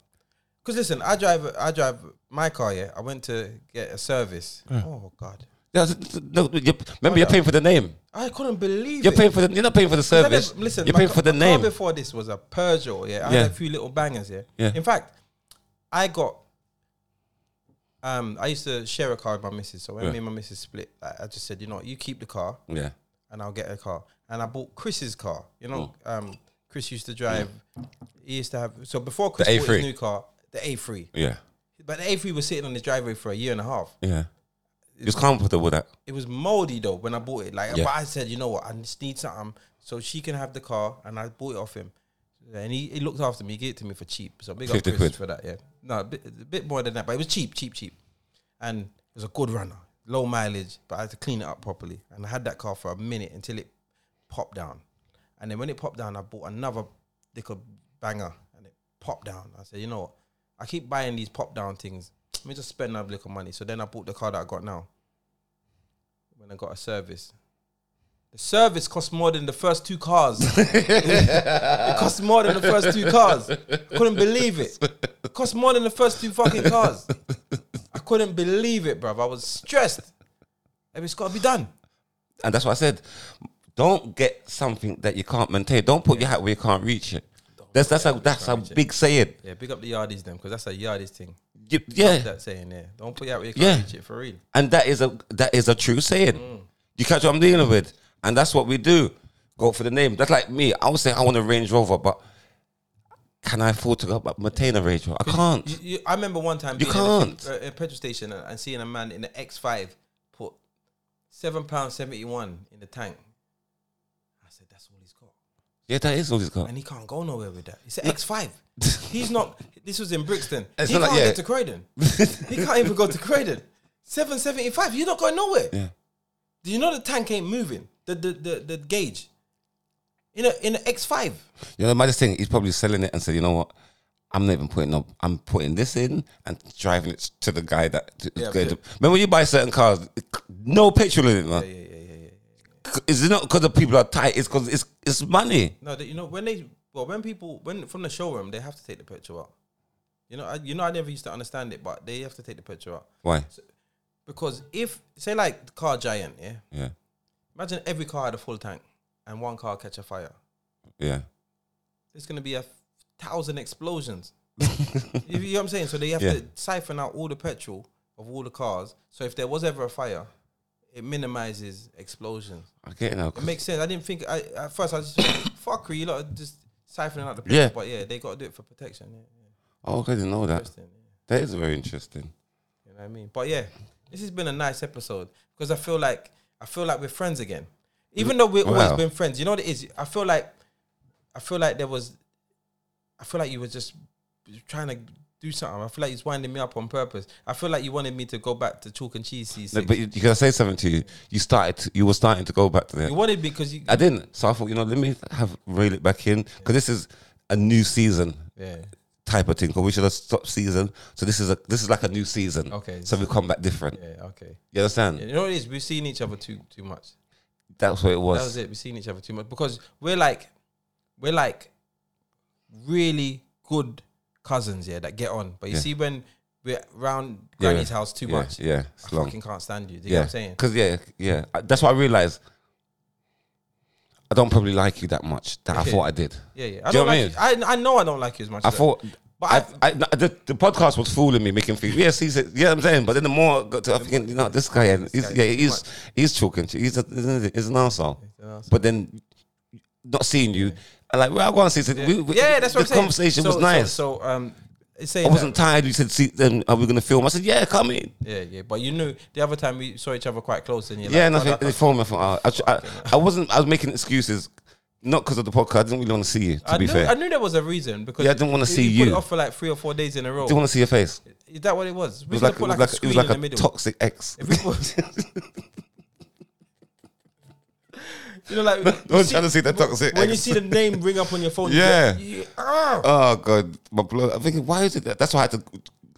Speaker 1: Cause listen, I drive I drive my car. Yeah, I went to get a service. Oh God,
Speaker 2: No, no, you're, remember, you're paying for the name.
Speaker 1: I couldn't believe
Speaker 2: You're
Speaker 1: it.
Speaker 2: paying for the. You're not paying for the
Speaker 1: Because I
Speaker 2: service.
Speaker 1: never- listen,
Speaker 2: you're
Speaker 1: my
Speaker 2: paying
Speaker 1: ca-
Speaker 2: for the
Speaker 1: my car
Speaker 2: name.
Speaker 1: before this was a Peugeot. Yeah, I
Speaker 2: Yeah.
Speaker 1: had a few little bangers. Yeah.
Speaker 2: Yeah.
Speaker 1: In fact, I got. Um, I used to share a car with my missus. So when
Speaker 2: Yeah.
Speaker 1: me and my missus split, I, I just said, you know, what, you keep the car
Speaker 2: Yeah,
Speaker 1: and I'll get a car. And I bought Chris's car. You know, um, Chris used to drive. He used to have. So before Chris bought
Speaker 2: A3.
Speaker 1: his new car, the A3.
Speaker 2: yeah,
Speaker 1: But the A3 was sitting on the driveway for a year and a half.
Speaker 2: yeah. You're comfortable with that.
Speaker 1: It was moldy though when I bought it. Like,
Speaker 2: Yeah.
Speaker 1: but I said, you know what? I just need something so she can have the car, and I bought it off him. And he, he looked after me, he gave it to me for cheap. So big up
Speaker 2: 50
Speaker 1: Chris
Speaker 2: quid.
Speaker 1: for that. Yeah, no, a bit, a bit more than that, but it was cheap, cheap, cheap, and it was a good runner, low mileage. But I had to clean it up properly, and I had that car for a minute until it popped down. And then when it popped down, I bought another little banger, and it popped down. I said, you know what? I keep buying these pop down things. Let me just spend another little money. So then I bought the car that I got now when I got a service. The service cost more than the first two cars. it cost more than the first two cars. Couldn't believe it. It cost more than the first two fucking cars. I couldn't believe it, bruv. I was stressed. And it's got to be done.
Speaker 2: And that's what I said. Don't get something that you can't maintain. Don't put your hat where you can't reach it. That's that's a that's a big saying.
Speaker 1: Yeah, big up the yardies then, because that's a yardies thing.
Speaker 2: You- Yeah,
Speaker 1: That saying there. Don't put it out where you
Speaker 2: Yeah.
Speaker 1: can't reach it for real.
Speaker 2: and that is a that is a true saying.
Speaker 1: Mm.
Speaker 2: You catch what I'm dealing with, and that's what we do. Go for the name. That's like me. I would say I want a Range Rover, but can I afford to go but maintain a Range Rover? I can't.
Speaker 1: You, you, I remember one time
Speaker 2: You
Speaker 1: being in
Speaker 2: can't.
Speaker 1: a, a, a petrol station and, and seeing a man in the X5 put seven pound seventy one in the tank. I said, "That's all he's got,
Speaker 2: Yeah, that is all he's got.
Speaker 1: and he can't go nowhere with that." It's an X5. He's not. This was in Brixton.
Speaker 2: It's
Speaker 1: he
Speaker 2: not
Speaker 1: can't
Speaker 2: like- yeah.
Speaker 1: get to Croydon. he can't even go to Croydon. Seven seventy five. You're not going nowhere.
Speaker 2: Yeah.
Speaker 1: Do you know the tank ain't moving? The the the, the gauge. In a in an X5.
Speaker 2: You know, the maddest thing, he's probably selling it and said, you know what? I'm not even putting up. I'm putting this in and driving it to the guy that. to-
Speaker 1: Yeah,
Speaker 2: going
Speaker 1: but-
Speaker 2: to- remember, when you buy certain cars, no petrol in it, man.
Speaker 1: Yeah, yeah, yeah, yeah.
Speaker 2: It's not because the people are tight. It's because it's it's money.
Speaker 1: No, they, you know when they well when people when from the showroom they have to take the petrol out. You know, I, you know, I never used to understand it, but they have to take the petrol out
Speaker 2: Why?
Speaker 1: because if say like the car giant, yeah,
Speaker 2: Yeah,
Speaker 1: imagine every car had a full tank and one car catch a fire.
Speaker 2: yeah.
Speaker 1: There's gonna be a thousand explosions. you, you know what I'm saying? So they have
Speaker 2: Yeah.
Speaker 1: to siphon out all the petrol of all the cars. So if there was ever a fire, it minimizes explosions.
Speaker 2: I get it now.
Speaker 1: It makes sense. I didn't think. I at first I just fuckery, you lot are just siphoning out the petrol.
Speaker 2: Yeah.
Speaker 1: But yeah, they got to do it for protection. Yeah, yeah.
Speaker 2: Oh, I didn't know that.
Speaker 1: Interesting, yeah.
Speaker 2: That is very interesting.
Speaker 1: You know what I mean? But yeah, this has been a nice episode because I feel like I feel like we're friends again. Even though we've always
Speaker 2: Wow.
Speaker 1: been friends, you know what it is. I feel like, I feel like there was, I feel like you were just trying to do something. I feel like he's winding me up on purpose. I feel like you wanted me to go back to chalk and cheese. C6.
Speaker 2: No, but you, can I say something to you? You started. To, you were starting to go back to
Speaker 1: you
Speaker 2: the.
Speaker 1: wanted because you.
Speaker 2: I didn't. So I thought, you know, let me have reel it back in because this is a new season
Speaker 1: yeah.
Speaker 2: type of thing. Because we should have stopped season. So this is a this is like a new season.
Speaker 1: Okay.
Speaker 2: So we come back different.
Speaker 1: Yeah. Okay.
Speaker 2: You understand?
Speaker 1: You know what it is. We've seen each other too too much.
Speaker 2: That's what it was.
Speaker 1: That was it. We've seen each other too much because we're like, we're like, really good cousins. Yeah, that get on. But you
Speaker 2: Yeah.
Speaker 1: see when we're around
Speaker 2: Yeah,
Speaker 1: Granny's house too
Speaker 2: yeah,
Speaker 1: much,
Speaker 2: Yeah. It's
Speaker 1: I
Speaker 2: long.
Speaker 1: fucking can't stand you. Do you
Speaker 2: yeah.
Speaker 1: know what I'm saying?
Speaker 2: Because yeah, yeah. I- That's what I realized. I don't probably like you that much that I
Speaker 1: Okay.
Speaker 2: thought I did.
Speaker 1: Yeah, yeah. I
Speaker 2: Do you
Speaker 1: don't
Speaker 2: know
Speaker 1: like you. I, I know I don't like you as much.
Speaker 2: I
Speaker 1: as
Speaker 2: thought.
Speaker 1: But
Speaker 2: I, I, the, the podcast was fooling me, making me think, yes, he's, a, yeah, I'm saying, but then the more I got to, I'm thinking, you know, this guy, and he's,
Speaker 1: guy
Speaker 2: yeah,
Speaker 1: is too
Speaker 2: he's, he's talking, to- he's, a, he's an arsehole.
Speaker 1: an arsehole.
Speaker 2: But then not seeing you, I'm like, well, I want to see,
Speaker 1: Yeah.
Speaker 2: we, we,
Speaker 1: yeah, that's what I'm
Speaker 2: the
Speaker 1: saying.
Speaker 2: conversation
Speaker 1: So-
Speaker 2: was
Speaker 1: so-
Speaker 2: nice.
Speaker 1: So, um, it's
Speaker 2: I
Speaker 1: saying
Speaker 2: wasn't tired. You said, see, then are we going to film? I said, yeah, come in.
Speaker 1: that- yeah, yeah. But you knew the other time we saw each other quite close, and you're
Speaker 2: Yeah, and I
Speaker 1: like,
Speaker 2: think
Speaker 1: oh,
Speaker 2: they phoned me. I thought, oh, I, tr- I, I wasn't, I was making excuses, not because of the podcast. I didn't really want to see you, to
Speaker 1: I,
Speaker 2: be
Speaker 1: knew,
Speaker 2: fair.
Speaker 1: I
Speaker 2: I
Speaker 1: knew there was a reason because
Speaker 2: Yeah, I didn't wanna see
Speaker 1: put
Speaker 2: you.
Speaker 1: it off for like three or four days in a row.
Speaker 2: didn't want to see your face. It
Speaker 1: Is that what it was? We
Speaker 2: was
Speaker 1: should
Speaker 2: like,
Speaker 1: have put
Speaker 2: it
Speaker 1: like,
Speaker 2: was
Speaker 1: a
Speaker 2: like, it
Speaker 1: screen
Speaker 2: was like
Speaker 1: in the
Speaker 2: a
Speaker 1: middle.
Speaker 2: toxic ex.
Speaker 1: If we put- you know, like
Speaker 2: No
Speaker 1: you
Speaker 2: one's trying to see that toxic
Speaker 1: when you
Speaker 2: ex.
Speaker 1: see the name ring up on your phone.
Speaker 2: Yeah.
Speaker 1: you, you- ah.
Speaker 2: Oh god, my blood. I'm thinking, why is it that? That's why I had to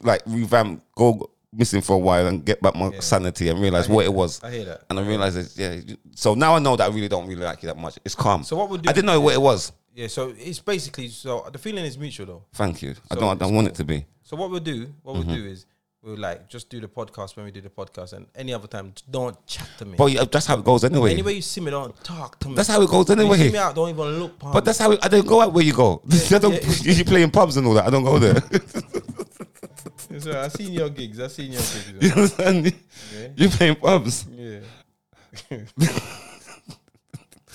Speaker 2: like revamp, go missing for a while, and get back my sanity and realize what it was.
Speaker 1: I hear that.
Speaker 2: And I realized, it, yeah. you- So now I know that I really don't really like you that much. It's calm.
Speaker 1: So what we'll do-
Speaker 2: I didn't know what it was.
Speaker 1: yeah. So it's basically so the feeling is mutual though.
Speaker 2: Thank you. I
Speaker 1: So
Speaker 2: don't. I
Speaker 1: it's
Speaker 2: don't want it to be.
Speaker 1: So what we'll do, what we'll
Speaker 2: Mm-hmm.
Speaker 1: do is we'll like just do the podcast when we do the podcast, and any other time, don't chat to me.
Speaker 2: But yeah, that's how it goes anyway.
Speaker 1: Anyway, you see me, don't talk to me.
Speaker 2: that's how it goes
Speaker 1: When you see
Speaker 2: anyway.
Speaker 1: me out, don't even look.
Speaker 2: But that's how it, I don't go out where you go. I don't,
Speaker 1: yeah.
Speaker 2: You play in pubs and all that. I don't go there.
Speaker 1: so I seen your gigs. I seen your gigs.
Speaker 2: you understand?
Speaker 1: Yeah.
Speaker 2: You play in pubs.
Speaker 1: yeah.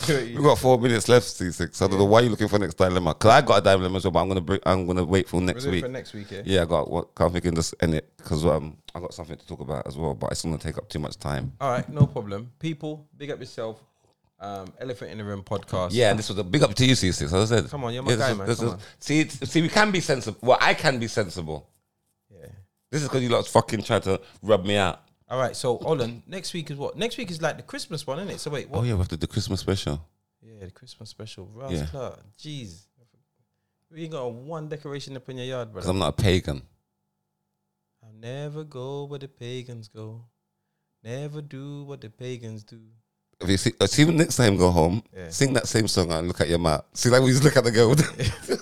Speaker 2: We've got four minutes left, C6. I don't know why you're looking for next dilemma. Because I got a dilemma as well, but I'm gonna bring, I'm gonna wait for next
Speaker 1: Reserve
Speaker 2: week.
Speaker 1: for next week, yeah.
Speaker 2: yeah, I got what I'm thinking just end it because um I got something to talk about as well, but it's gonna take up too much time.
Speaker 1: All right, no problem. People, big up yourself. Um, Elephant in the Room podcast.
Speaker 2: Yeah, and this was a big up to you, C6. As I said,
Speaker 1: Come on, you're my
Speaker 2: Yeah, this
Speaker 1: guy,
Speaker 2: is-
Speaker 1: man,
Speaker 2: this
Speaker 1: come
Speaker 2: is-
Speaker 1: on.
Speaker 2: see, it's- see, we can be sensible. Well, I can be sensible.
Speaker 1: yeah.
Speaker 2: This is because you lot fucking tried to rub me out.
Speaker 1: All right, so Olin, next week is what? Next week is like the Christmas one, isn't it? So wait,
Speaker 2: Oh
Speaker 1: what?
Speaker 2: yeah, we have to do Christmas special.
Speaker 1: Yeah, the Christmas special. Ross
Speaker 2: Yeah.
Speaker 1: Clark. Jeez. We ain't got one decoration up in your yard, brother.
Speaker 2: Because I'm not a pagan.
Speaker 1: I'll never go where the pagans go. Never do what the pagans do.
Speaker 2: If you see, uh, see when next time you go home,
Speaker 1: Yeah.
Speaker 2: sing that same song and look at your map. See, like we just look at the girl.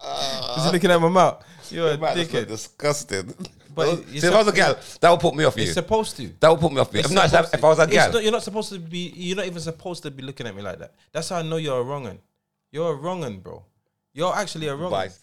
Speaker 2: Uh,
Speaker 1: Is he looking at my mouth? You're a
Speaker 2: Man, that's
Speaker 1: dickhead.
Speaker 2: disgusting.
Speaker 1: But
Speaker 2: But
Speaker 1: it's
Speaker 2: see, if I was a girl, that would put me off you.
Speaker 1: It's supposed to.
Speaker 2: that would put me off you. If,
Speaker 1: It's
Speaker 2: not,
Speaker 1: supposed
Speaker 2: if
Speaker 1: to-
Speaker 2: I was a
Speaker 1: it's
Speaker 2: girl,
Speaker 1: not- you're not supposed to be. You're not even supposed to be looking at me like that. That's how I know you're a wrong un. You're a wrong un, bro. You're actually a wrong un.
Speaker 2: Bye.